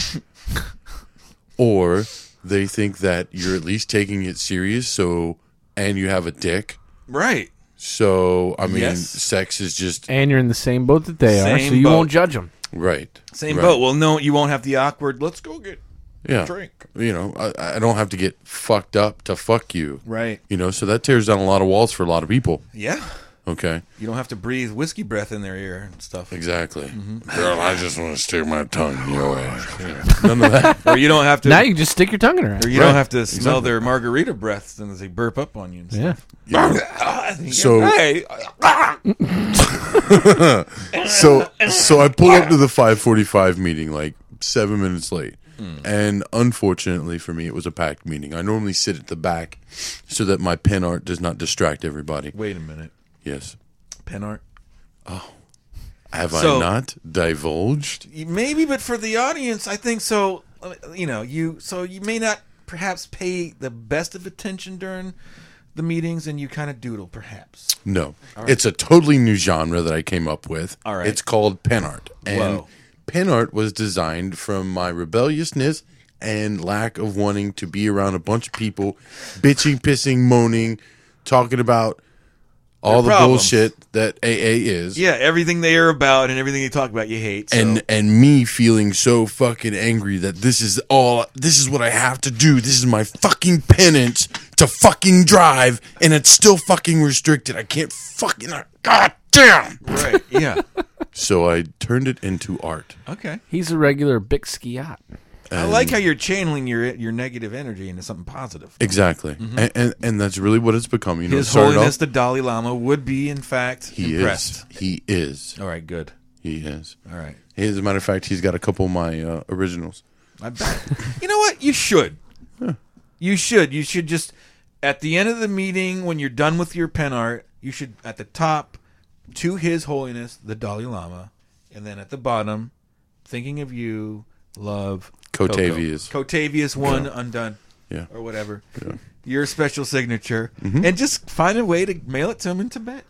S3: or they think that you're at least taking it serious so and you have a dick
S7: Right.
S3: So I mean,
S7: Yes.
S3: sex is just
S5: and you're in the same boat that they are,
S7: Same
S5: so you
S7: boat.
S5: won't judge them.
S3: right.
S7: Same
S3: right.
S7: boat. Well, no, you won't have the awkward. Let's go get
S3: Yeah.
S7: drink.
S3: You know, I, I don't have to get fucked up to fuck you.
S7: Right.
S3: You know, so that tears down a lot of walls for a lot of people.
S7: Yeah.
S3: Okay.
S7: You don't have to breathe whiskey breath in their ear and stuff.
S3: Exactly. Mm-hmm. Girl, I just want to stick my tongue in your ass. Yeah. None of that.
S7: Or you don't have to.
S5: Now you can just stick your tongue in her. ass.
S7: or you
S3: Right.
S7: don't have to smell their margarita breaths and they burp up on you. And
S5: Yeah.
S7: stuff.
S3: So-
S7: Hey.
S3: so so I pulled up to the 5:45 meeting like 7 minutes late.
S7: Hmm.
S3: And unfortunately for me, it was a packed meeting. I normally sit at the back so that my pen art does not distract everybody.
S7: Wait a minute.
S3: Yes.
S7: Pen art.
S3: Have I
S7: So-
S3: not divulged?
S7: Maybe, but for the audience, I think so. uh, You know, you so you may not perhaps pay the best of attention during the meetings, and you kind of doodle, perhaps.
S3: No. It's a totally new genre that I came up with.
S7: All right.
S3: It's called pen art. And
S7: Whoa.
S3: pen art was designed from my rebelliousness and lack of wanting to be around a bunch of people bitching, pissing, moaning, talking about all
S7: Their
S3: the
S7: problems.
S3: bullshit that AA is.
S7: Yeah, everything they are about and everything they talk about, you hate. so-
S3: And and me feeling so fucking angry that this is all this is what I have to do. This is my fucking penance to fucking drive and it's still fucking restricted. I can't fucking god damn.
S7: right, yeah,
S3: So I turned it into art.
S7: okay.
S5: He's a regular big skiat.
S7: I like how you're channeling your your negative energy into something positive.
S3: Exactly, and, and and that's really what it's become. You know, it
S7: His
S3: started
S7: Holiness
S3: off-
S7: the Dalai Lama would be, in fact,
S3: he
S7: impressed.
S3: is, he is,
S7: All right, good.
S3: he is.
S7: All right,
S3: He, as a matter of fact, he's got a couple of my uh, originals.
S7: I bet. you know what? You should. You should. You should just at the end of the meeting when you're done with your pen art, you should at the top to His Holiness the Dalai Lama, and then at the bottom, thinking of you, love Coco.
S3: Cotavious.
S7: Cotavious one undone.
S3: Yeah. Mm-hmm.
S7: Or whatever. Your special signature, and just find a way to mail it to him in Tibet.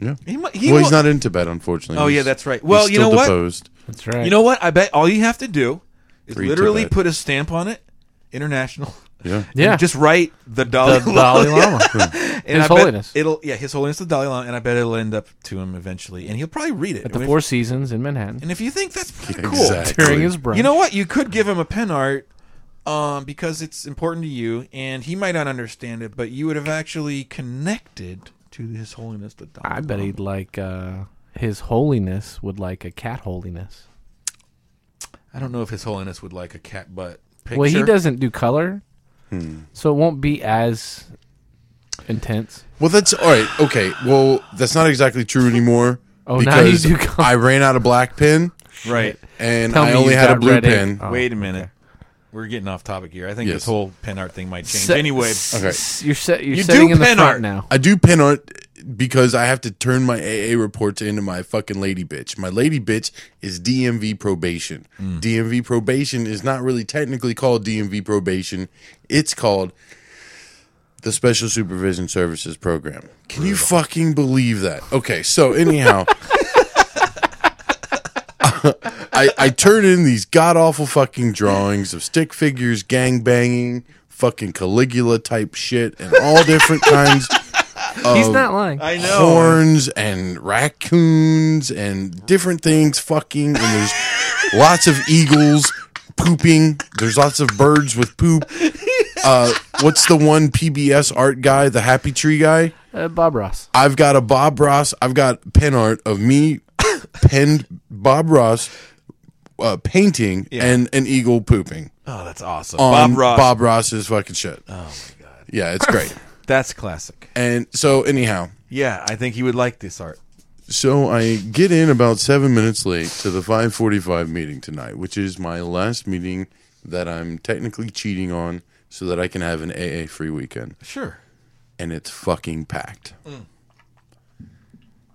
S3: Yeah.
S7: He, mu- he
S3: Well,
S7: will-
S3: he's not in Tibet, unfortunately.
S7: Oh,
S3: He's-
S7: yeah, that's right.
S3: he's
S7: Well, you
S3: still
S7: know what?
S3: deposed.
S5: That's right.
S7: You know what? I bet all you have to do is
S3: Free
S7: literally
S3: Tibet.
S7: put a stamp on it, international.
S3: Yeah,
S5: yeah,
S7: And just write the Dalai
S5: the
S7: Lama.
S5: Dalai Lama.
S7: And
S5: His
S7: I bet
S5: Holiness.
S7: It'll yeah, His Holiness the Dalai Lama, and I bet it'll end up to him eventually, and he'll probably read it.
S5: At the
S7: And if-
S5: Four Seasons in Manhattan
S7: and if you think that's pretty cool,
S3: Exactly.
S5: during his brunch.
S7: you know what? You could give him a pen art, um, because it's important to you, and he might not understand it, but you would have actually connected to His Holiness the Dalai.
S5: I bet he'd like uh, His Holiness would like a cat holiness.
S7: I don't know if His Holiness would like a cat butt picture.
S5: Well, he doesn't do color, so it won't be as intense.
S3: Well, that's all right. Okay. Well, that's not exactly true anymore.
S5: Oh, now you
S3: because
S5: do come-
S3: I ran out of black pen
S7: Right.
S3: and
S5: Tell
S3: I
S5: me
S3: only
S5: you've
S3: had a
S5: got
S3: blue
S5: red ink.
S3: pen.
S5: Oh,
S7: Wait a minute. We're getting off topic here. I think
S3: Yes.
S7: this whole pen art thing might change.
S5: Se-
S7: anyway,
S5: s-
S3: Okay.
S5: s- you're set. You're
S7: You
S5: setting
S7: do
S5: in the
S7: pen
S5: front
S7: art.
S5: now.
S3: I do pen art because I have to turn my AA reports into my fucking lady bitch. My lady bitch is DMV probation. DMV probation is not really technically called DMV probation. It's called the Special Supervision Services Program. Can you fucking believe that? Okay, so anyhow, I, I turn in these god awful fucking drawings of stick figures, gang banging, fucking Caligula type shit, and all different kinds
S5: He's not lying.
S7: I know.
S3: horns and raccoons and different things fucking and there's lots of eagles pooping there's lots of birds with poop uh, what's the one pbs art guy the happy tree guy
S5: Uh, Bob Ross.
S3: i've got a bob ross i've got pen art of me penned bob ross uh, painting and an eagle pooping
S7: Oh, that's awesome.
S3: on
S7: Bob Ross.
S3: bob ross's fucking shit oh my god yeah it's great
S7: That's classic.
S3: and so anyhow
S7: Yeah, I think he would like this art.
S3: So I get in about seven minutes late to the 5:45 meeting tonight, which is my last meeting that I'm technically cheating on, so that I can have an AA free weekend,
S7: Sure.
S3: and it's fucking packed.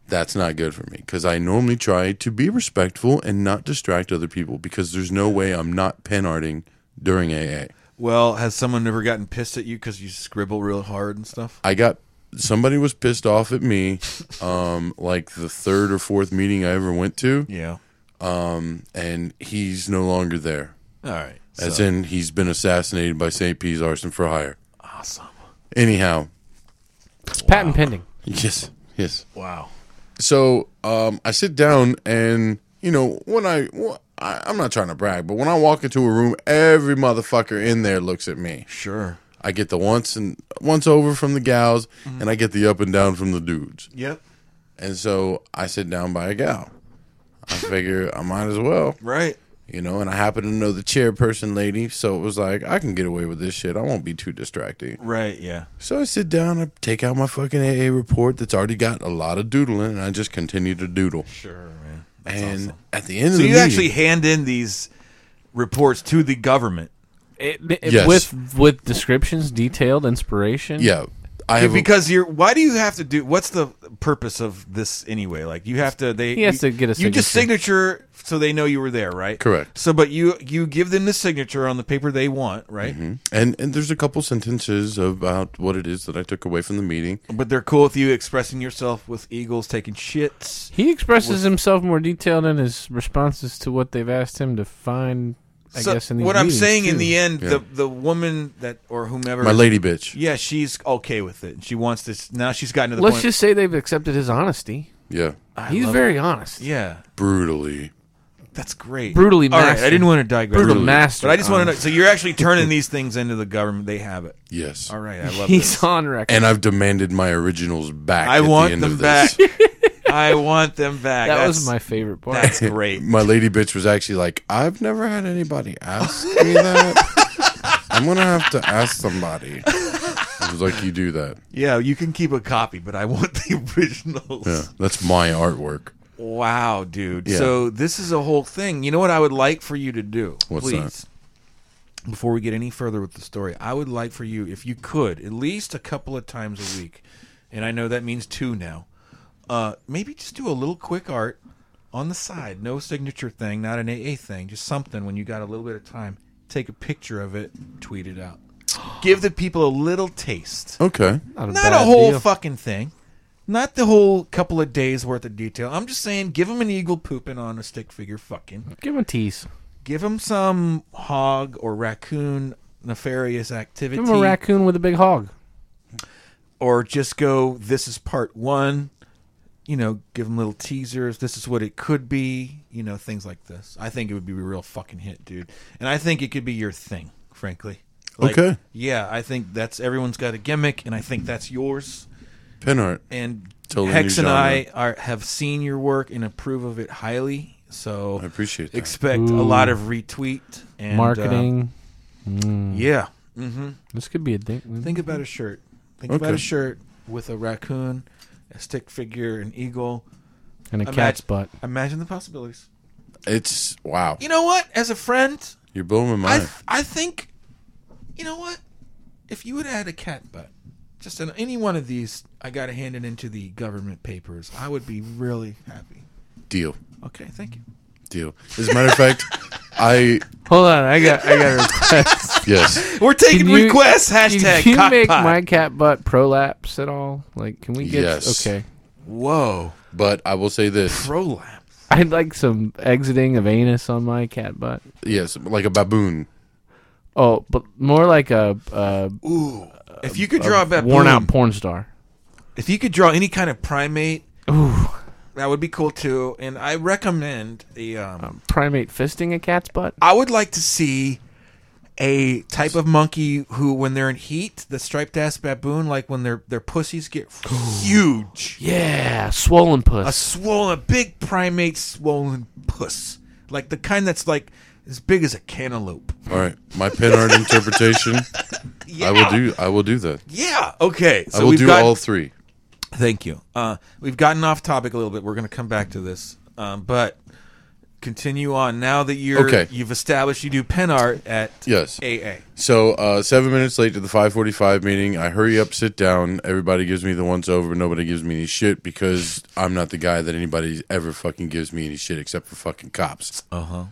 S3: That's not good for me because I normally try to be respectful and not distract other people because there's no way I'm not pen arting during AA.
S7: Well, has someone ever gotten pissed at you because you scribble real hard and stuff?
S3: I got somebody was pissed off at me, um, like the third or fourth meeting I ever went to.
S7: Yeah.
S3: and he's no longer there.
S7: All right.
S3: As
S7: so-
S3: in, he's been assassinated by St. P's arson for hire.
S7: Awesome.
S3: Anyhow,
S5: It's patent pending.
S3: Yes. Yes.
S5: Wow.
S3: so um, I sit down, and you know, when I, wh- I, I'm not trying to brag, but when I walk into a room, every motherfucker in there looks at me.
S7: Sure.
S3: I get the once and once over from the gals, and I get the up and down from the dudes.
S7: Yep.
S3: And so I sit down by a gal. I figure I might as well,
S7: Right.
S3: you know. And I happen to know the chairperson lady, so it was like I can get away with this shit. I won't be too distracting.
S7: Right. Yeah.
S3: So I sit down, I take out my fucking AA report that's already got a lot of doodling, and I just continue to doodle.
S7: Sure, man.
S3: and at the end
S7: So
S3: of the meeting,
S7: you actually hand in these reports to the government
S5: It, it-
S3: Yes.
S5: With with descriptions, detailed inspiration.
S3: yeah, I have a-
S7: because you're. Why do you have to do? What's the purpose of this anyway? Like you have to. They
S5: He has
S7: you,
S5: to get a
S7: You just
S5: signature.
S7: signature so they know you were there, right?
S3: Correct.
S7: So, but you you give them the signature on the paper they want, right?
S3: and and there's a couple sentences about what it is that I took away from the meeting.
S7: But they're cool with you expressing yourself with eagles taking shits.
S5: He expresses himself more detailed in his responses to what they've asked him to find. I
S7: So
S5: guess in these
S7: what I'm
S5: meetings,
S7: saying in
S5: too.
S7: the end, the
S3: Yeah.
S7: the woman that or whomever,
S3: My lady bitch.
S7: yeah, she's okay with it. She wants this now. She's gotten to the
S5: Let's
S7: point.
S5: just say they've accepted his honesty.
S3: Yeah,
S5: He's very honest.
S7: yeah,
S3: brutally.
S7: that's great.
S5: Brutally
S7: All right,
S5: mastered.
S7: I didn't want to digress.
S5: Brutal
S3: Brutally.
S5: master.
S7: But I just want to know.
S5: honest.
S7: So you're actually turning these things into the government. They have it.
S3: Yes.
S7: All right, I love
S5: He's
S7: this.
S5: on record.
S3: And I've demanded my originals back.
S7: I
S3: at the
S7: want
S3: end
S7: them
S3: of
S7: back.
S3: this.
S7: I want them back.
S5: that
S7: that's,
S5: was my favorite part.
S7: That's great.
S3: My lady bitch was actually like, "I've never had anybody ask me that. I'm gonna have to ask somebody." I was like, "You do that?
S7: yeah, you can keep a copy, but I want the originals.
S3: Yeah, that's my artwork."
S7: Wow, dude.
S3: Yeah.
S7: So this is a whole thing. You know what I would like for you to do?
S3: What's
S7: please. Before we get any further with the story, I would like for you, if you could, at least a couple of times a week, and I know that means two now, uh, maybe just do a little quick art on the side. No signature thing, not an AA thing, just something when you got a little bit of time. Take a picture of it, tweet it out. Give the people a little taste
S3: Okay.
S5: not
S7: not
S5: a,
S7: a
S5: bad
S7: whole
S5: deal.
S7: fucking thing. Not the whole couple of days worth of detail. I'm just saying, give him an eagle pooping on a stick figure. Fucking
S5: Give him a tease.
S7: give him some hog or raccoon nefarious activity,
S5: Give him a raccoon with a big hog.
S7: or just go. This is part one. You know, give him little teasers. This is what it could be. You know, things like this. I think it would be a real fucking hit, dude. And I think it could be your thing, frankly. Like,
S3: Okay.
S7: Yeah, I think that's everyone's got a gimmick, and I think that's yours.
S3: Pen art.
S7: and
S3: Totally
S7: Hex
S3: new
S7: and
S3: genre.
S7: I are, have seen your work and approve of it highly. So
S3: I appreciate that.
S7: Expect a lot of retweet and uh,
S5: Marketing.
S7: yeah,
S5: this could be a thing.
S7: think about a shirt. Think about
S3: Okay.
S7: a shirt with a raccoon, a stick figure, an eagle.
S5: And a
S7: Imag-
S5: cat's butt.
S7: Imagine the possibilities.
S3: It's wow.
S7: You know what? As a friend,
S3: You're blowing my
S7: I
S3: mind.
S7: th- I think, you know what? If you would add a cat butt, just on any one of these, I got to hand it into the government papers. I would be really happy.
S3: Deal.
S7: Okay, thank you.
S3: Deal. As a matter of fact, I
S5: Hold on, I got I got a request.
S3: yes.
S7: We're taking
S5: Can you-
S7: requests.
S5: Can
S7: Hashtag
S5: you make
S7: cockpot.
S5: my cat butt prolapse at all? Like, can we get
S3: Yes.
S5: okay?
S7: Whoa,
S3: But I will say this.
S7: prolapse.
S5: I'd like some exiting of anus on my cat butt.
S3: Yes, like a baboon.
S5: Oh, but more like a, a
S7: Ooh, if you could draw a baboon,
S5: worn out porn star.
S7: If you could draw any kind of primate,
S5: Ooh,
S7: that would be cool too. And I recommend a. Um,
S5: primate fisting a cat's butt.
S7: I would like to see a type of monkey who, when they're in heat, the striped ass baboon, like when their their pussies get huge,
S5: Yeah, swollen
S7: a
S5: puss.
S7: swollen, a big primate, swollen puss, like the kind that's like as big as a cantaloupe.
S3: All right, my pen art interpretation. I will do. I will do that.
S7: Yeah. Okay. So
S3: I will
S7: we've
S3: do
S7: got,
S3: all three.
S7: Thank you. Uh, we've gotten off topic a little bit. We're going to come back to this, um, but continue on. Now that you're
S3: Okay.
S7: you've established you do pen art at
S3: Yes.
S7: AA.
S3: So uh, seven minutes late to the five forty-five meeting. I hurry up, sit down. Everybody gives me the once over. Nobody gives me any shit because I'm not the guy that anybody ever fucking gives me any shit except for fucking cops.
S7: Uh huh.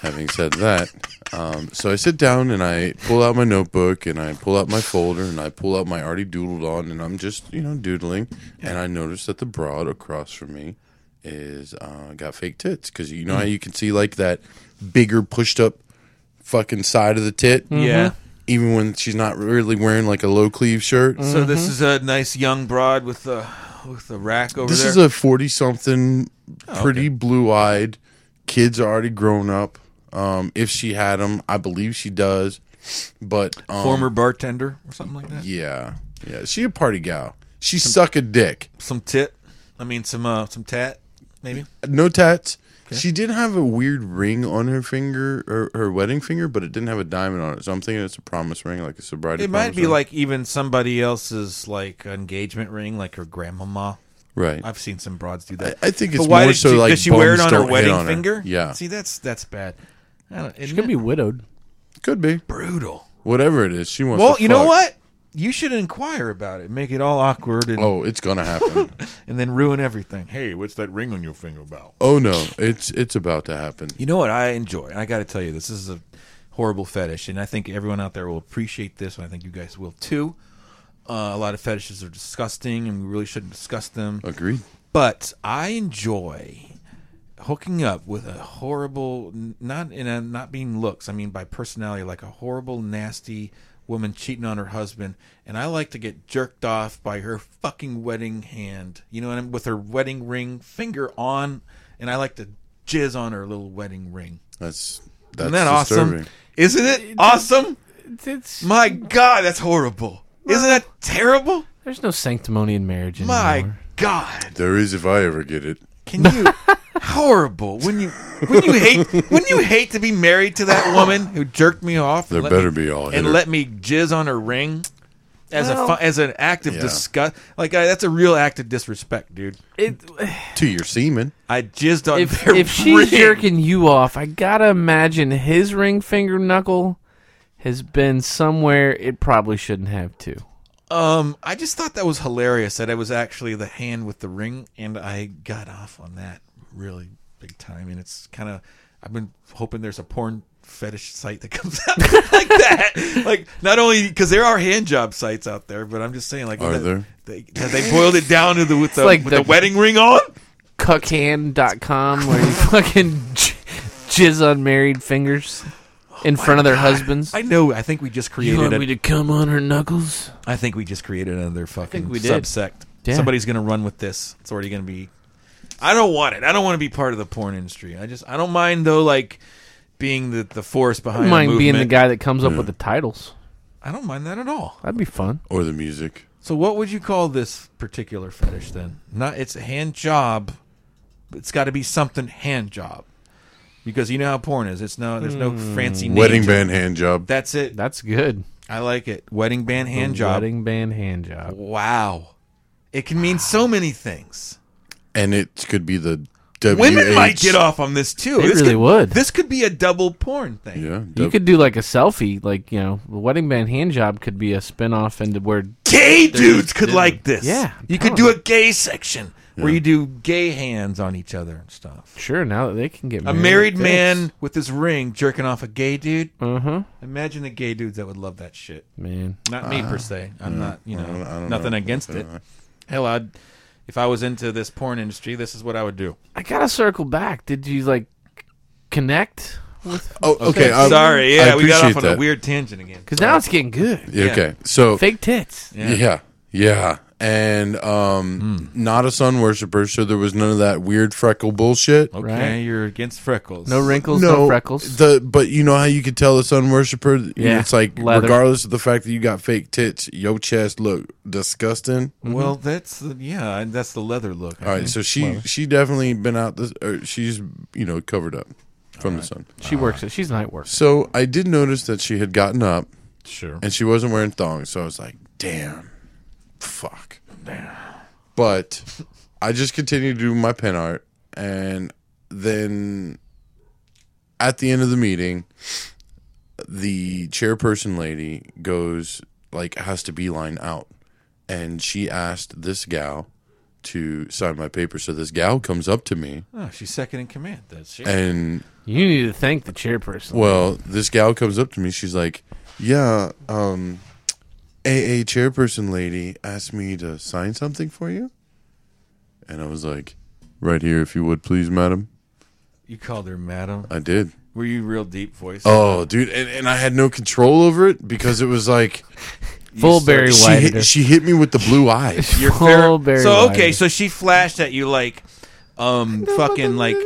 S3: Having said that, um, so I sit down and I pull out my notebook and I pull out my folder and I pull out my already doodled on and I'm just you know doodling and I notice that the broad across from me is uh, got fake tits because you know how you can see like that bigger pushed up fucking side of the tit
S7: Yeah.
S3: even when she's not really wearing like a low sleeve shirt.
S7: So this is a nice young broad with a with a rack over
S3: This
S7: there. Oh,
S3: is a forty-something, pretty blue-eyed. Kids are already grown up. Um, if she had them, I believe she does. But um,
S7: former bartender or something like that.
S3: yeah, yeah, she a party gal. She suck a dick.
S7: Some tit. I mean, some uh, some tat. Maybe.
S3: No tats. She did have a weird ring on her finger, or her wedding finger, but it didn't have a diamond on it. So I'm thinking it's a promise ring, like a sobriety.
S7: It might
S3: promise
S7: be
S3: ring.
S7: like even somebody else's like engagement ring, like her grandmama.
S3: right.
S7: I've seen some broads do
S3: I,
S7: that.
S3: I think
S7: But
S3: it's
S7: why
S3: more
S7: did
S3: so
S7: she,
S3: like
S7: does she wear it
S3: bones
S7: on her
S3: don't hit
S7: wedding
S3: on
S7: finger?
S3: Yeah,
S7: See, that's that's bad. I don't,
S5: She
S7: isn't
S5: could
S7: it
S5: be widowed.
S3: could be
S7: brutal.
S3: whatever it is. She wants.
S7: Well,
S3: to
S7: you know
S3: fuck.
S7: what? You should inquire about it. Make it all awkward and,
S3: Oh, it's gonna happen.
S7: and then ruin everything. Hey, what's that ring on your finger about?
S3: oh no, it's it's about to happen.
S7: You know what I enjoy? I got to tell you, this is a horrible fetish, and I think everyone out there will appreciate this, and I think you guys will too. Uh, a lot of fetishes are disgusting, and we really shouldn't discuss them.
S3: Agreed.
S7: But I enjoy hooking up with a horrible, n- not in a not being looks. I mean by personality, like a horrible, nasty woman cheating on her husband, and I like to get jerked off by her fucking wedding hand. You know, what I'm with her wedding ring finger on, and I like to jizz on her little wedding ring.
S3: That's that's
S7: Isn't that
S3: disturbing.
S7: awesome? Isn't it awesome?
S5: It's, it's
S7: My God, that's horrible. Isn't that terrible?
S5: there's no sanctimony in marriage anymore.
S7: My God.
S3: There is if I ever get it.
S7: Can you? horrible. When you when you hate when you hate to be married to that woman who jerked me off. and
S3: There
S7: let
S3: better
S7: me-
S3: be all hit
S7: and
S3: her.
S7: let me jizz on her ring. As a fu- as an act of
S3: Yeah.
S7: disgust, like I, that's a real act of disrespect, dude.
S5: It,
S3: To your semen.
S7: I jizzed on
S5: if
S7: their
S5: if she's
S7: ring.
S5: jerking you off, I gotta imagine his ring finger knuckle has been somewhere it probably shouldn't have to.
S7: Um, I just thought that was hilarious that it was actually the hand with the ring, and I got off on that really big time. And it's kind of I've been hoping there's a porn fetish site that comes out like that. Like not only because there are hand job sites out there, but I'm just saying like
S3: Are
S7: that-
S3: there?
S7: They, have they boiled it down to the with the,
S5: like
S7: with the,
S5: the-
S7: wedding ring on?
S5: Cuckhand.com where you fucking j- jizz on married fingers in front of their husbands.
S7: I know. I think we just
S5: Oh you
S7: created.
S5: want
S7: A,
S5: me to come on her knuckles?
S7: I think we just created another fucking
S5: we did.
S7: subsect.
S5: Yeah.
S7: Somebody's gonna run with this. It's already gonna be. I don't want it. I don't want to be part of the porn industry. I just I don't mind though, like being the the force
S5: I
S7: behind.
S5: don't mind
S7: a
S5: being the
S7: movement.
S5: guy that comes up with the titles.
S7: I don't mind that at all.
S5: That'd be fun.
S3: Or the music.
S7: So what would you call this particular fetish then? Not it's a hand job. but It's got to be something hand job, because you know how porn is. It's no there's no
S5: Hmm.
S7: fancy name
S3: Wedding
S7: to it.
S3: band hand job.
S7: That's it.
S5: That's good.
S7: I like it. Wedding band hand job.
S5: Wedding band hand job.
S7: Wow, it can mean so many things.
S3: And it could be the W.
S7: Women might get off on this too.
S5: They
S7: this
S5: really
S7: could,
S5: would.
S7: This could be a double porn thing.
S3: Yeah.
S5: You
S3: W-
S5: could do like a selfie, like you know, the wedding band hand job could be a spin off into where
S7: Gay dudes could like this.
S5: Yeah, I'm
S7: you could
S5: telling
S7: do
S5: you.
S7: a gay section where you do gay hands on each other and stuff.
S5: sure now that they can get
S7: A married
S5: married, thanks.
S7: man with his ring jerking off a gay dude.
S5: Uh-huh.
S7: Imagine the gay dudes that would love that shit.
S5: man.
S7: Not me per se. I'm not. You know,
S3: don't- Uh, I don't
S7: nothing
S3: know. Uh-uh.
S7: against it. Hell, I'd. If I was into this porn industry, this is what I would do.
S5: I gotta circle back. Did you like connect?
S3: Oh, okay. I-
S7: Sorry,
S3: I
S7: yeah, we got off
S3: appreciate
S7: on
S3: that.
S7: a weird tangent again.
S5: Because now it's getting good.
S3: Yeah,
S7: yeah.
S3: Okay. So
S5: Fake tits.
S3: Yeah. Yeah. And um,
S5: Hmm.
S3: not a sun worshiper, so there was none of that weird freckle bullshit.
S7: Okay,
S5: Right.
S7: you're against freckles.
S5: No wrinkles, no, freckles.
S3: The but you know how you could tell a sun worshiper.
S5: Yeah,
S3: it's like
S5: leather.
S3: regardless of the fact that you got fake tits, your chest look disgusting.
S7: Well, that's the, yeah, and that's the leather look. I
S3: Mm-hmm. All right,
S7: think.
S3: so she she definitely been out this. Or she's you know covered up from the sun.
S5: she works it. She's night work.
S3: So I did notice that she had gotten up
S7: sure.
S3: and she wasn't wearing thongs. So I was like, damn, fuck. But I just continued to do my pen art. And then at the end of the meeting, the chairperson lady goes, like, has to beeline out. And she asked this gal to sign my paper. So this gal comes up to me
S7: Oh, she's second in command. That's she.
S3: and
S5: You need to thank the chairperson.
S3: well, this gal comes up to me. She's like, "Yeah, um, AA chairperson lady asked me to sign something for you," and I was like, "Right here, if you would, please, madam."
S7: You called her madam.
S3: I did.
S7: Were you real deep voice?
S3: Oh, dude, and, and I had no control over it because it was like
S5: Full Barry
S3: she
S5: White.
S3: hit, she hit me with the blue eye.
S7: Your
S5: Full
S7: fair-
S5: Barry
S7: So
S5: White.
S7: okay, so she flashed at you like, um, fucking like,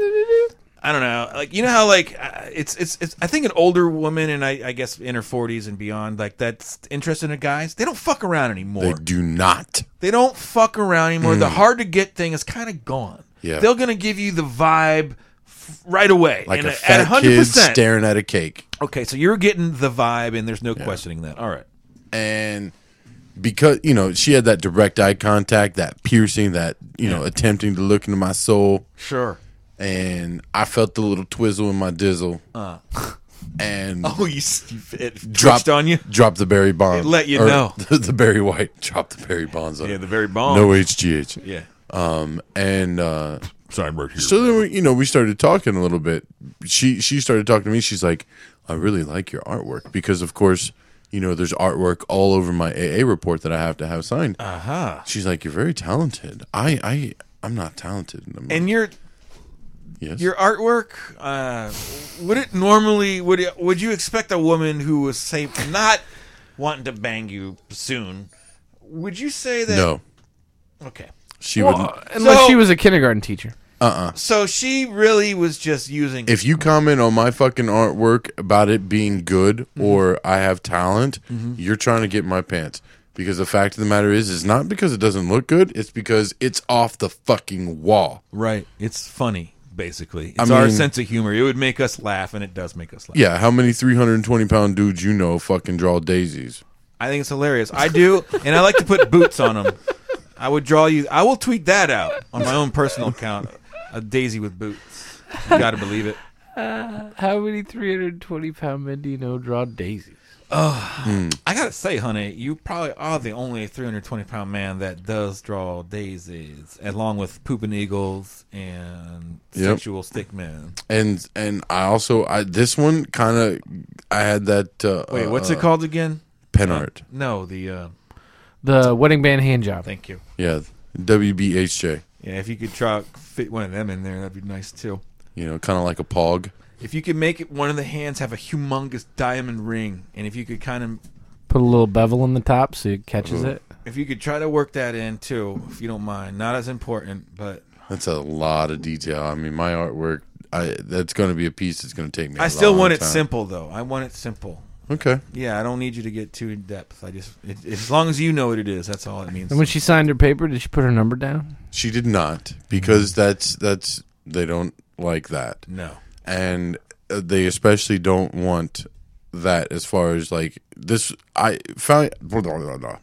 S7: I don't know, like you know how like uh, it's it's it's I think an older woman and I, I guess in her forties and beyond like that's interested in guys they don't fuck around anymore.
S3: They
S7: They,
S3: do not.
S7: don't fuck around anymore. The hard to get thing is kind of gone.
S3: Yeah.
S7: they're gonna give you the vibe f- right away
S3: Like
S7: and
S3: a
S7: at
S3: fat kid
S7: 100%.
S3: staring at a cake.
S7: Okay, so you're getting the vibe and there's no questioning that. All right.
S3: and because you know she had that direct eye contact that piercing that you know attempting to look into my soul
S7: Sure.
S3: and i felt the little twizzle in my dizzle and
S7: Uh. Oh, you, s- you it
S3: dropped
S7: dropped on you.
S3: dropped the barry bond
S7: It let you
S3: or
S7: know.
S3: the, the barry white dropped the barry bonds on
S7: Yeah,
S3: it.
S7: the Barry Bonds.
S3: no hgh
S7: Yeah.
S3: um and uh
S7: Sorry, I'm right here.
S3: so then we, you know we started talking a little bit she she started talking to me she's like i really like your artwork because of course you know there's artwork all over my aa report that i have to have signed
S7: Huh.
S3: She's like, "You're very talented." I, I, I'm not talented. And, I'm like,
S7: And your
S3: yes.
S7: your artwork, uh, would it normally would it, would you expect a woman who was say not wanting to bang you soon? Would you say that?
S3: no,
S7: Okay.
S3: she
S5: Well,
S3: wouldn't.
S5: unless
S7: So-
S5: she was a kindergarten teacher.
S7: So she really was just using.
S3: If you comment on my fucking artwork about it being good
S7: Mm-hmm.
S3: or I have talent, you're trying to get in my pants. Because the fact of the matter is, is not because it doesn't look good. It's because it's off the fucking wall.
S7: right. It's funny, basically. It's
S3: I
S7: our
S3: mean-
S7: sense of humor. It would make us laugh, and it does make us laugh.
S3: Yeah, how many 320 pound dudes you know fucking draw daisies?
S7: I think it's hilarious. I do, and I like to put boots on them. I would draw you. I will tweet that out on my own personal account. A daisy with boots. You gotta believe it.
S5: How many 320 pound men do you know draw daisies?
S7: I gotta say, honey, you probably are the only 320 pound man that does draw daisies, along with pooping eagles and
S3: Yep.
S7: sexual stick men.
S3: And and I also I this one kind of I had that uh,
S7: Wait, what's
S3: uh,
S7: it called again?
S3: Pen art.
S7: No, the uh,
S5: The wedding band hand job.
S7: thank you.
S3: Yeah, WBHJ.
S7: Yeah, if you could try fit one of them in there, that'd be nice too.
S3: You know, kind of like a pog.
S7: If you could make it one of the hands have a humongous diamond ring, and if you could kind of
S5: Put a little bevel on the top so it catches it.
S7: if you could try to work that in too, if you don't mind, not as important, but
S3: That's a lot of detail. I mean, my artwork. I that's going to be a piece that's going to take me. I
S7: I still want it simple though. I want it simple.
S3: Okay.
S7: Yeah, I don't need you to get too in depth. I just it, as long as you know what it is, that's all it means.
S5: And when she signed her paper, did she put her number down?
S3: She did not because that's that's they don't like that,
S7: Mm-hmm. no.
S3: and uh, they especially don't want that as far as like this. I found. blah, blah, blah, blah.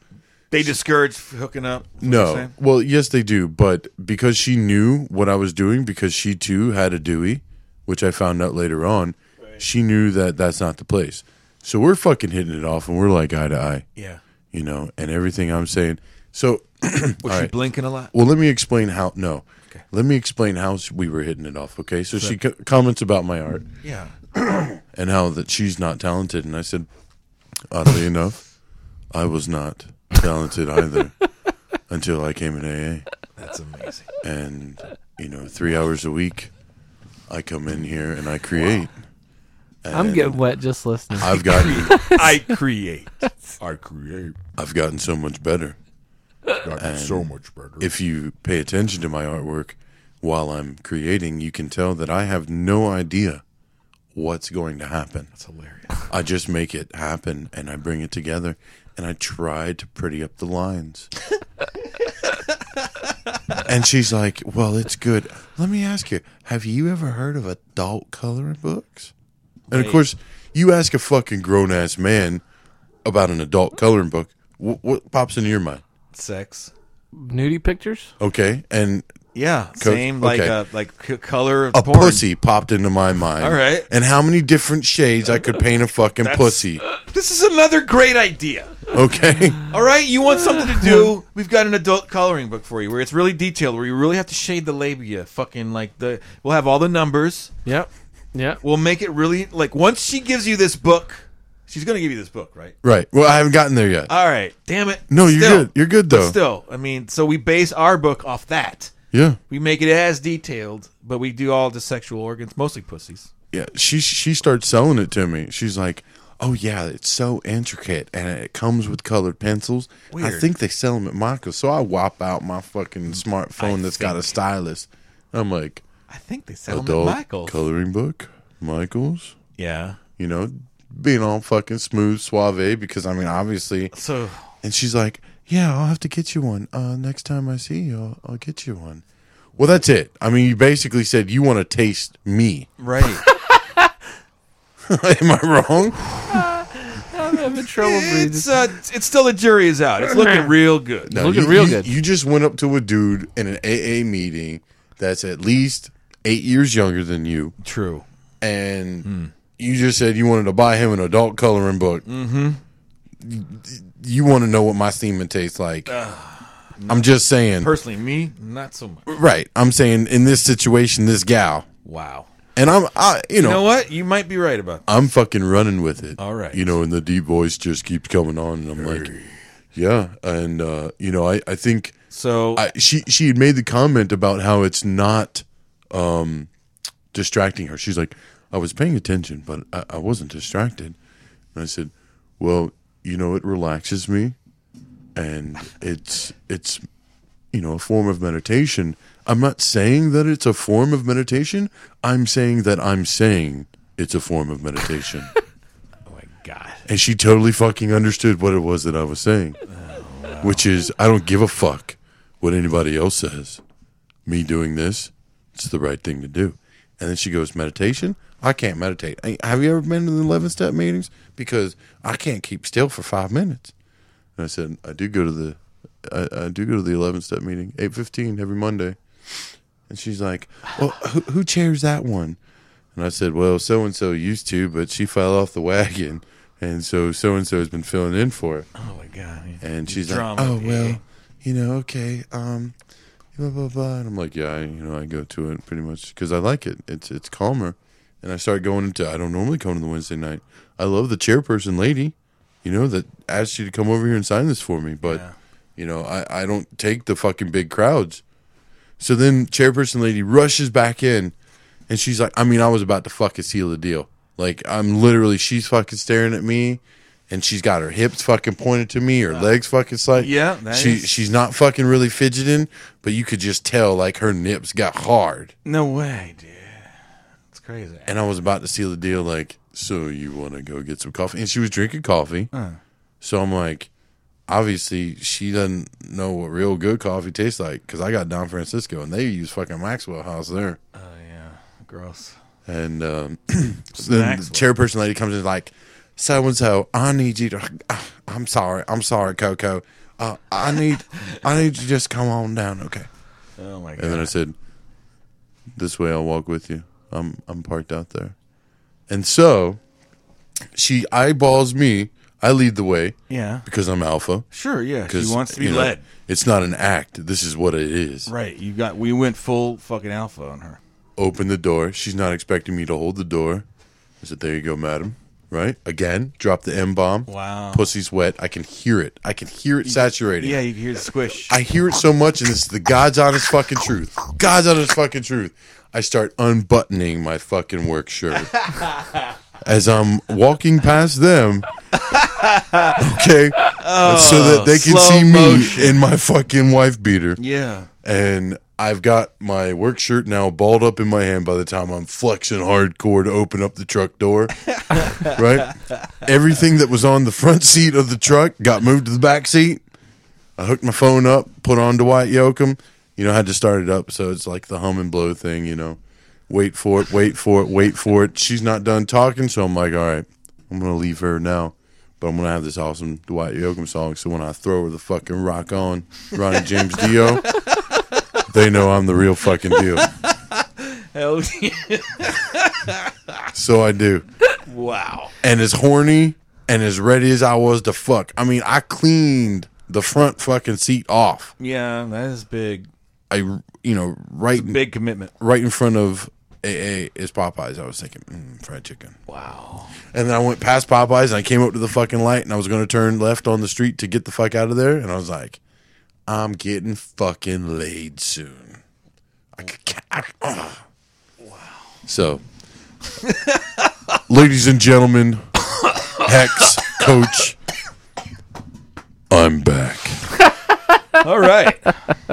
S7: They discourage hooking up. is what you're
S3: No.
S7: saying?
S3: Well, yes, they do, but because she knew what I was doing, because she too had a Dewey, which I found out later on, she knew that that's not the place. So we're fucking hitting it off, and we're like eye to eye,
S7: Yeah.
S3: you know, and everything I'm saying. So,
S7: Was she blinking a lot?
S3: well, let me explain how. No, let me explain how we were hitting it off. Okay, so she co- comments about my art
S7: Yeah.
S3: and how that she's not talented. And I said, oddly enough, I was not talented either until I came in AA.
S7: That's amazing.
S3: And, you know, three hours a week, I come in here and I create.
S5: I'm getting wet just listening.
S3: I've gotten,
S7: I create.
S8: I create.
S3: I've gotten so much better.
S8: Got so much better.
S3: If you pay attention to my artwork while I'm creating, you can tell that I have no idea what's going to happen.
S7: It's hilarious.
S3: I just make it happen and I bring it together and I try to pretty up the lines. and she's like, Well, it's good. Let me ask you, have you ever heard of adult coloring books? And of course, you ask a fucking grown ass man about an adult coloring book, what, what pops into your mind?
S7: Sex.
S5: Nudie pictures?
S3: Okay. And
S7: Yeah.
S3: Coach,
S7: same like
S3: okay.
S7: uh, like c- color of
S3: a
S7: porn.
S3: pussy popped into my mind.
S7: All right.
S3: And how many different shades I could paint a fucking pussy.
S7: This is another great idea.
S3: Okay.
S7: All right, you want something to do? We've got an adult coloring book for you where it's really detailed, where you really have to shade the labia. Fucking like the, we'll have all the numbers.
S5: Yep. Yeah.
S7: We'll make it really like once she gives you this book, she's gonna give you this book, right?
S3: right. Well, I haven't gotten there yet.
S7: Uh, All right, damn it.
S3: No, you're
S7: Still.
S3: good. You're good
S7: But
S3: though.
S7: still, I mean, so we base our book off that.
S3: Yeah.
S7: We make it as detailed, but we do all the sexual organs, mostly pussies.
S3: yeah she she starts selling it to me she's like oh yeah it's so intricate and it comes with colored pencils i
S7: Weird. Mm,
S3: think they sell them at michael's so i whop out my fucking smartphone that's got a
S7: think-
S3: stylus i'm like
S7: I think they sell them
S3: adult
S7: at Michael's.
S3: coloring book michael's
S7: yeah.
S3: you know being all fucking smooth suave because i mean obviously
S7: So
S3: and she's like yeah i'll have to get you one uh, next time i see you I'll, I'll get you one well that's it i mean you basically said you want to taste me
S7: right.
S3: am i wrong
S5: I'm having trouble breathing.
S7: it's uh, it's still the jury is out. It's looking real good.
S3: No,
S5: Looking
S3: you-
S5: real
S3: you-
S5: good.
S3: You just went up to a dude in an AA meeting that's at least eight years younger than you,
S7: True.
S3: and
S5: Hmm.
S3: you just said you wanted to buy him an adult coloring book. Mm-hmm. You want to know what my semen tastes like. I'm just saying.
S7: Personally, me not so much.
S3: right. I'm saying in this situation, this gal,
S7: Wow.
S3: and I'm, I, you know,
S7: You know what? You might be right about that.
S3: I'm fucking running with it.
S7: All right.
S3: You know, and the deep voice just keeps coming on, and I'm like, yeah, and uh, you know, I, I think.
S7: So
S3: I, she she had made the comment about how it's not um, distracting her. She's like, I was paying attention, but I, I wasn't distracted. And I said, Well, you know, it relaxes me, and it's it's you know a form of meditation. I'm not saying that it's a form of meditation. I'm saying that I'm saying it's a form of meditation.
S7: oh my god.
S3: and she totally fucking understood what it was that I was saying, which is I don't give a fuck what anybody else says. Me doing this, it's the right thing to do. And then she goes, meditation. I can't meditate. I- Have you ever been to the eleven step meetings? Because I can't keep still for five minutes. And I said, I do go to the, I, I do go to the eleven step meeting, eight fifteen every Monday. And she's like, Well, who, who chairs that one? And I said, Well, so and so used to, but she fell off the wagon. And so so and so has been filling in for her.
S7: Oh my god. yeah.
S3: And she's
S7: Drama,
S3: like, Oh,
S7: yeah.
S3: well, you know, okay. Um, blah, blah, blah. And I'm like, Yeah, I, you know, I go to it pretty much because I like it. It's, it's calmer. And I start going into, I don't normally come to the Wednesday night. I love the chairperson lady, you know, that asked you to come over here and sign this for me. But, you know, I, I don't take the fucking big crowds. So then chairperson lady rushes back in and she's like, I mean, I was about to fucking seal the deal. Like I'm literally she's fucking staring at me and she's got her hips fucking pointed to me, her legs fucking slight.
S7: Yeah, that
S3: She
S7: is-
S3: she's not fucking really fidgeting, but you could just tell like her nips got hard.
S7: No way, dude. It's crazy.
S3: And I was about to seal the deal, like, so you wanna go get some coffee? And she was drinking coffee.
S7: Uh.
S3: So I'm like, obviously she doesn't know what real good coffee tastes like because I got Don Francisco and they use fucking Maxwell House there.
S7: Oh yeah. Gross.
S3: And um, so then the
S7: Maxwell.
S3: chairperson lady comes in and is like, so and so, I need you to. ah, I'm sorry, I'm sorry, Coco. Uh, I need, I need you to just come on down, okay?
S7: Oh my
S3: And then I
S7: god.
S3: said, "This way, I'll walk with you. I'm I'm parked out there." And so, she eyeballs me. I lead the way
S7: Yeah.
S3: because I'm alpha.
S7: Sure, yeah. She
S3: 'Cause,
S7: wants to be
S3: you know,
S7: led.
S3: It's not an act. This is what it is.
S7: Right. You got we went full fucking alpha on her.
S3: open the door. She's not expecting me to hold the door. I said, "There you go, madam." Right again, drop the M bomb.
S7: Wow.
S3: pussy's wet. I can hear it. I can hear it saturating.
S7: Yeah, you can hear the squish.
S3: I hear it so much, and it's the God's honest fucking truth. God's honest fucking truth. I start unbuttoning my fucking work shirt as I'm walking past them. Okay, so that they can
S7: Oh, slow
S3: see me
S7: motion.
S3: in my fucking wife beater
S7: yeah.
S3: and I've got my work shirt now balled up in my hand by the time I'm flexing hardcore to open up the truck door. right? Everything that was on the front seat of the truck got moved to the back seat. I hooked my phone up, put on Dwight Yoakam, you know, had to start it up. So it's like the hum and blow thing, you know. Wait for it, wait for it, wait for it. She's not done talking, so I'm like, all right, I'm going to leave her now. But I'm going to have this awesome Dwight Yoakam song. So when I throw her the fucking rock on, Ronnie James Dio they know I'm the real fucking deal.
S7: Hell
S3: So I do.
S7: wow.
S3: And as horny and as ready as I was to fuck, I mean, I cleaned the front fucking seat off.
S7: Yeah, that is big.
S3: I, you know, right,
S7: Big commitment.
S3: right in front of AA is Popeyes. I was thinking mm, fried chicken.
S7: Wow.
S3: And then I went past Popeyes and I came up to the fucking light and I was going to turn left on the street to get the fuck out of there. And I was like, I'm getting fucking laid soon. So, ladies and gentlemen, Hex Coach, I'm back.
S7: All right.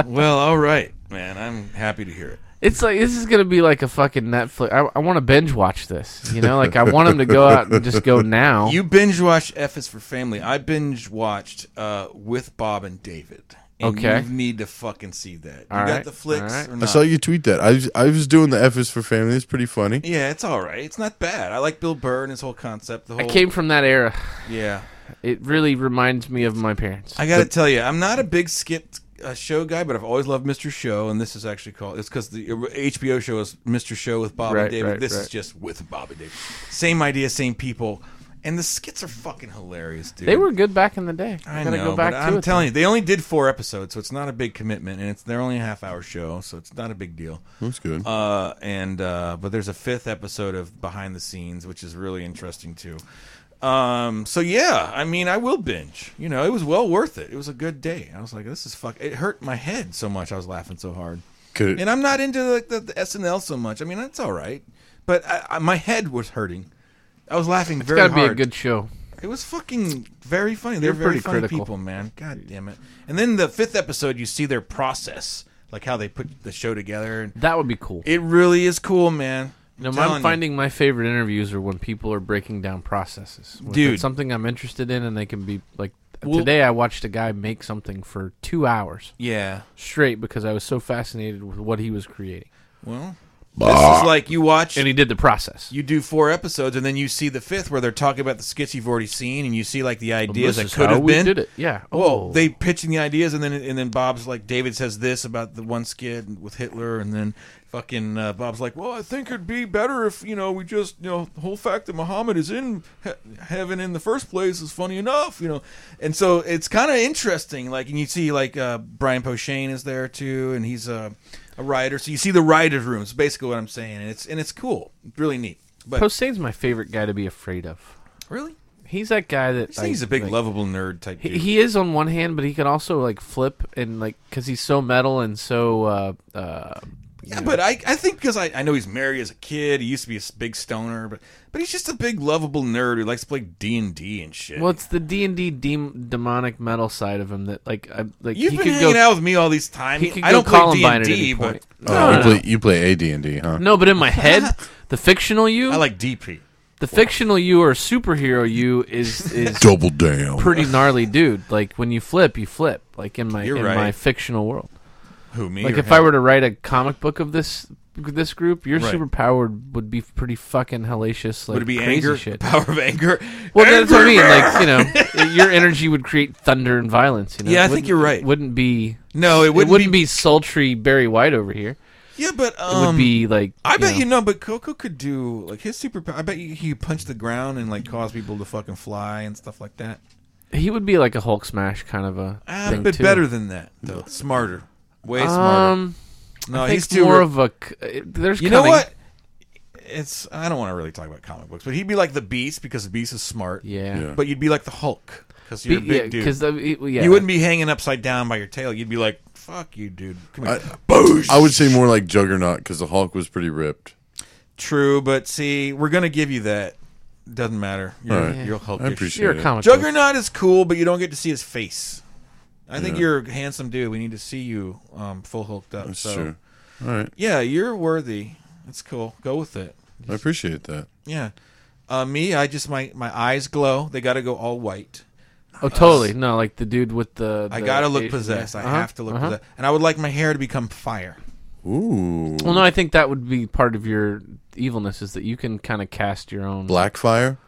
S7: well, all right, man. I'm happy to hear it.
S5: It's like this is gonna be like a fucking Netflix. I, I want to binge watch this. You know, like I want them to go out and just go now.
S7: You binge watched F is for Family. I binge watched uh, with Bob and David. And
S5: Okay.
S7: You need to fucking see that.
S5: All
S7: you got
S5: right,
S7: the flicks
S5: all right.
S7: or
S3: I
S7: not?
S3: saw you tweet that. I was, I was doing the F is for family. It's pretty funny.
S7: Yeah, it's all right. It's not bad. I like Bill Burr and his whole concept. The
S5: I
S7: whole
S5: came from that era.
S7: yeah.
S5: It really reminds me of my parents.
S7: I got to tell you, I'm not a big skip uh, show guy, but I've always loved Mr. Show, and this is actually called it's because the uh, HBO show is Mr. Show with Bob
S5: Right,
S7: and David.
S5: right,
S7: this is
S5: right.
S7: just with Bob and David. Same idea, same people, and the skits are fucking hilarious, dude.
S5: they were good back in the day.
S7: I
S5: gotta
S7: know,
S5: go back
S7: but
S5: to
S7: I'm
S5: it.
S7: telling you, they only did four episodes, so it's not a big commitment, and it's they're only a half hour show, so it's not a big deal.
S5: Hmm.
S3: That's good.
S7: Uh, and uh, but there's a fifth episode of behind the scenes, which is really interesting too. Um, so yeah, I mean, I will binge. You know, it was well worth it. It was a good day. I was like, this is fuck. It hurt my head so much. I was laughing so hard.
S3: Could it-
S7: And I'm not into like the, the SNL so much. I mean, that's all right, but I, I, my head was hurting. I was laughing
S5: it's
S7: very
S5: gotta be
S7: hard.
S5: a good show.
S7: It was fucking very funny. They're
S5: You're
S7: very
S5: pretty
S7: funny
S5: critical.
S7: people, man. God damn it. And then the fifth episode, you see their process, like how they put the show together. And
S5: That would be cool.
S7: it really is cool, man.
S5: No,
S7: telling
S5: I'm
S7: you.
S5: finding my favorite interviews are when people are breaking down processes. When
S7: Dude.
S5: it's something I'm interested in, and they can be like.
S7: Well-
S5: today I watched a guy make something for two hours
S7: Yeah.
S5: straight because I was so fascinated with what he was creating,
S7: Well, this is like you watch,
S5: and he did the process.
S7: you do four episodes, and then you see the fifth where they're talking about the skits you've already seen, and you see like the
S5: Well,
S7: ideas
S5: this
S7: that
S5: is
S7: could
S5: how
S7: have
S5: we
S7: been.
S5: did it. Yeah. Oh.
S7: Well, they pitching the ideas, and then and then Bob's like, David says this about the one skid with Hitler, and then fucking uh, Bob's like, well, I think it'd be better if you know we just you know the whole fact that Muhammad is in he- heaven in the first place is funny enough, you know, and so it's kind of interesting. Like, and you see like uh, Brian Posehn is there too, and he's a a writer, so you see the writers' room. Is basically what I'm saying, and it's and it's cool, It's really neat. But
S5: Poseidon's my favorite guy to be afraid of.
S7: really,
S5: He's that guy that
S7: I just think he's a big
S5: like,
S7: lovable nerd type.
S5: He,
S7: dude.
S5: he is on one hand, but he can also like flip and like because he's so metal and so. Uh, uh,
S7: Yeah, but I, I think because I, I know he's married as a kid. He used to be a s- big stoner, but but he's just a big lovable nerd who likes to play D and D and shit.
S5: well, it's the D and D demonic metal side of him that like I, like
S7: you've
S5: he
S7: been
S5: could
S7: hanging
S5: go,
S7: out with me all these times.
S5: he could
S7: I
S5: go
S7: don't play D
S5: Columbine
S7: and
S5: at any
S7: D, but
S5: point.
S3: oh,
S5: No,
S3: you
S5: no,
S3: play you play AD&D, huh?
S5: No, but in my head, the fictional you,
S7: I like DP.
S5: the fictional you or superhero you is is
S3: Double down.
S5: pretty gnarly, dude. Like when you flip, you flip. Like in my
S7: You're
S5: in
S7: right.
S5: my fictional world.
S7: Who me?
S5: Like
S7: or
S5: if
S7: him?
S5: I were to write a comic book of this this group, your
S7: Right.
S5: superpower would be pretty fucking hellacious. Like
S7: would it be
S5: crazy
S7: anger?
S5: shit.
S7: Power of anger.
S5: Well, that's what I
S7: Angry
S5: mean.
S7: man!
S5: Like you know, your energy would create thunder and violence. You know?
S7: Yeah, I
S5: It
S7: think
S5: wouldn't-
S7: you're right.
S5: it Wouldn't be
S7: No, it
S5: it wouldn't,
S7: wouldn't
S5: be, sultry Barry White over here.
S7: yeah, but
S5: It would
S7: um,
S5: be like
S7: I bet
S5: know,
S7: you know, but Coco could do like his superpower. I bet you he could punch the ground and like cause people to fucking fly and stuff like that.
S5: he would be like a Hulk smash kind of a
S7: Ah,
S5: thing
S7: but
S5: too.
S7: better than that, though. Smarter, way smarter.
S5: Um,
S7: no,
S5: I think
S7: he's too
S5: more
S7: re-
S5: of a. c- uh, There's
S7: You know
S5: cunning.
S7: what? It's I don't want to really talk about comic books, but he'd be like the Beast because the Beast is smart.
S5: Yeah.
S3: Yeah.
S7: But you'd be like the Hulk because
S5: Be-
S7: you're a big
S5: yeah,
S7: dude.
S5: because yeah,
S7: You wouldn't be hanging upside down by your tail. You'd be like, "Fuck you, dude." Come here.
S3: I would say more like Juggernaut because the Hulk was pretty ripped.
S7: True, but see, we're gonna give you that. Doesn't matter. You're,
S3: All right.
S7: you're a Hulk.
S3: I appreciate
S5: You're a
S3: it.
S5: comic book.
S7: Juggernaut is cool, but you don't get to see his face. I think you're a handsome dude. We need to see you um, full hulked up.
S3: That's
S7: so
S3: true. All right,
S7: yeah, you're worthy. That's cool. Go with it.
S3: I appreciate that.
S7: Yeah. Uh, me, I just my my eyes glow. They got to go all white.
S5: Oh, totally. No, like the dude with the.
S7: I
S5: the
S7: got to look
S5: Asian-
S7: possessed. I
S5: Uh-huh,
S7: have to look
S5: uh-huh.
S7: possessed. And I would like my hair to become fire.
S3: Ooh,
S5: Well, no, I think that would be part of your evilness is that you can kind of cast your own.
S3: Blackfire.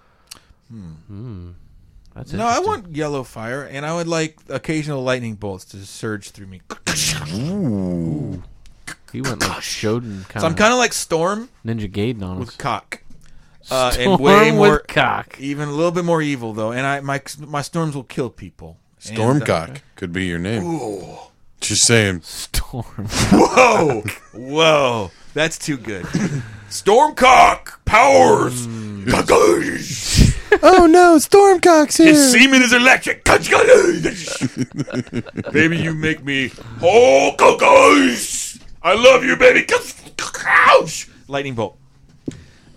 S5: That's
S7: No, I
S5: interesting.
S7: want yellow fire, and I would like occasional lightning bolts to surge through me.
S5: He went like Shodan kind
S7: So I'm
S5: of
S7: kind of like Storm
S5: Ninja Gaiden on us.
S7: with cock. Uh,
S5: Storm
S7: and way
S5: with
S7: more
S5: cock.
S7: even a little bit more evil though. And I my my storms will kill people. And, uh,
S3: Stormcock could be your name. Just saying.
S5: Storm.
S7: whoa, Oh, whoa, that's too good. Stormcock powers.
S3: oh no, Stormcock's
S7: His semen is electric. Baby, you make me whole cocos. I love you, baby. Ouch! Lightning bolt.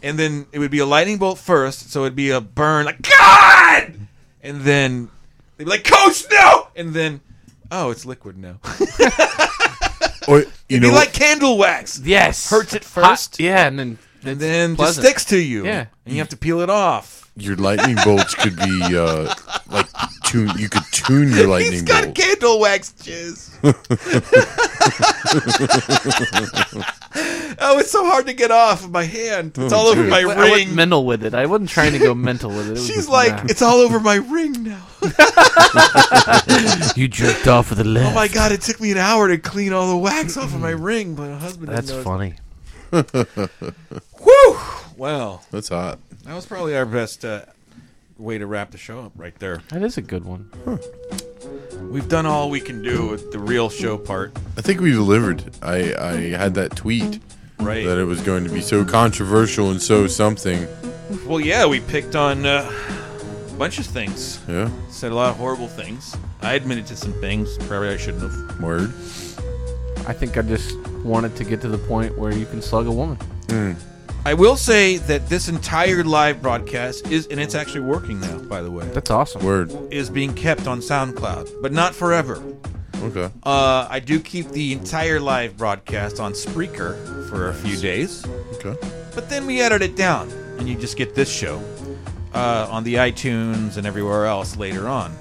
S7: And then it would be a lightning bolt first, so it'd be a burn, like, God! And then they'd be like, Coach, no! And then, oh, it's liquid now.
S3: Or you
S7: It'd be
S3: know,
S7: like candle wax.
S5: Yes.
S7: Hurts at
S5: Hot-
S7: first,
S5: yeah, and then
S7: and then just
S5: pleasant.
S7: sticks to you.
S5: Yeah.
S7: And you have to peel it off.
S3: your lightning bolts could be uh, like tune. You could tune your
S7: He's
S3: lightning
S7: got
S3: bolt.
S7: candle wax jizz. oh, it's so hard to get off of my hand.
S3: Oh,
S7: It's all over my
S5: I went
S7: ring.
S5: mental with it. I wasn't trying to go mental with it. it was
S7: She's
S5: just,
S7: like,
S5: nah.
S7: it's all over my ring now.
S5: you jerked off with the left.
S7: Oh my god, it took me an hour to clean all the wax off of my ring, but my husband didn't notice.
S5: that's funny.
S7: Whew! Well,
S3: That's hot.
S7: that was probably our best uh, way to wrap the show up right there.
S5: That is a good one.
S7: We've done all we can do with the real show part.
S3: I think we delivered. I I had that tweet
S7: Right.
S3: that it was going to be so controversial and so something.
S7: Well, yeah, we picked on uh, a bunch of things.
S3: Yeah.
S7: Said a lot of horrible things. I admitted to some things. Probably I shouldn't have.
S3: Word.
S5: I think I just wanted to get to the point where you can slug a woman.
S7: I will say that this entire live broadcast is, and it's actually working now, by the way,
S5: That's awesome.
S3: Word.
S7: is being kept on SoundCloud, but not forever.
S3: Okay.
S7: Uh, I do keep the entire live broadcast on Spreaker for a few days,
S3: Okay.
S7: but then we edit it down, and you just get this show uh, on the iTunes and everywhere else later on.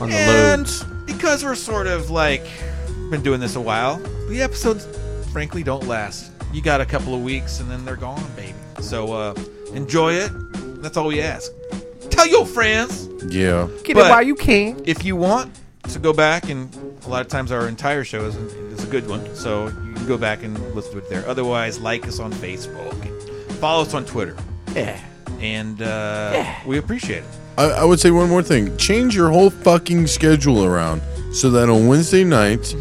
S5: on the
S7: and
S5: load.
S7: because we're sort of like been doing this a while, the episodes frankly don't last. You got a couple of weeks and then they're gone, baby. So uh, enjoy it. That's all we ask. Tell your friends
S3: Yeah.
S5: Get
S7: but-
S5: it while you can.
S7: if you want to go back and a lot of times our entire show is, is a good one so you can go back and listen to it there otherwise like us on facebook follow us on twitter
S5: Yeah.
S7: and uh, we appreciate it
S3: I, I would say one more thing. Change your whole fucking schedule around so that on Wednesday nights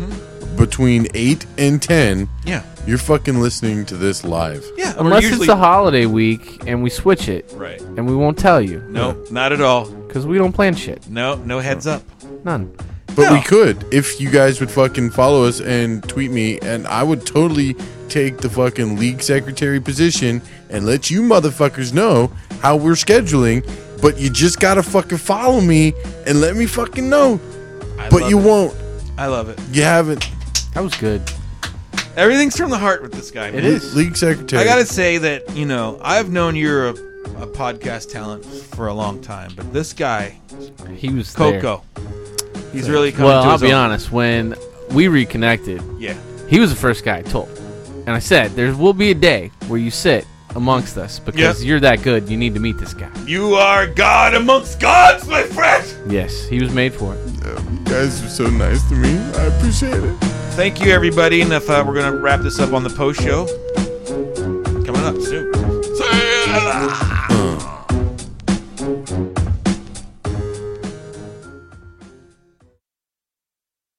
S3: between eight and ten,
S7: Mm-hmm. yeah
S3: you're fucking listening to this live.
S7: yeah we're
S5: Unless
S7: usually-
S5: it's a holiday week and we switch it.
S7: right
S5: And we won't tell you
S7: no not at all
S5: because we don't plan shit.
S7: no no heads up
S5: None.
S3: But we
S7: Yeah.
S3: could if you guys would fucking follow us and tweet me, and I would totally take the fucking league secretary position and let you motherfuckers know how we're scheduling. But you just gotta fucking follow me and let me fucking know.
S7: I
S3: but
S7: love
S3: you
S7: it.
S3: won't.
S7: i love it
S3: You haven't.
S5: That was good.
S7: everything's from the heart with this guy man.
S5: It is.
S3: League secretary.
S7: I gotta say that you know I've known you're a, a podcast talent for a long time, but this guy
S5: He was there.
S7: Coco, he's really coming
S5: Well,
S7: to
S5: I'll
S7: his
S5: be
S7: own.
S5: honest. When we reconnected,
S7: Yeah,
S5: he was the first guy I told, and I said, "There will be a day where you sit amongst us because
S7: Yeah.
S5: you're that good. You need to meet this guy."
S7: you are God amongst gods, my friend.
S5: Yes, he was made for it.
S3: You guys are so nice to me. I appreciate it.
S7: Thank you, everybody, and if uh, we're gonna wrap this up on the post show, coming up soon. Say hello.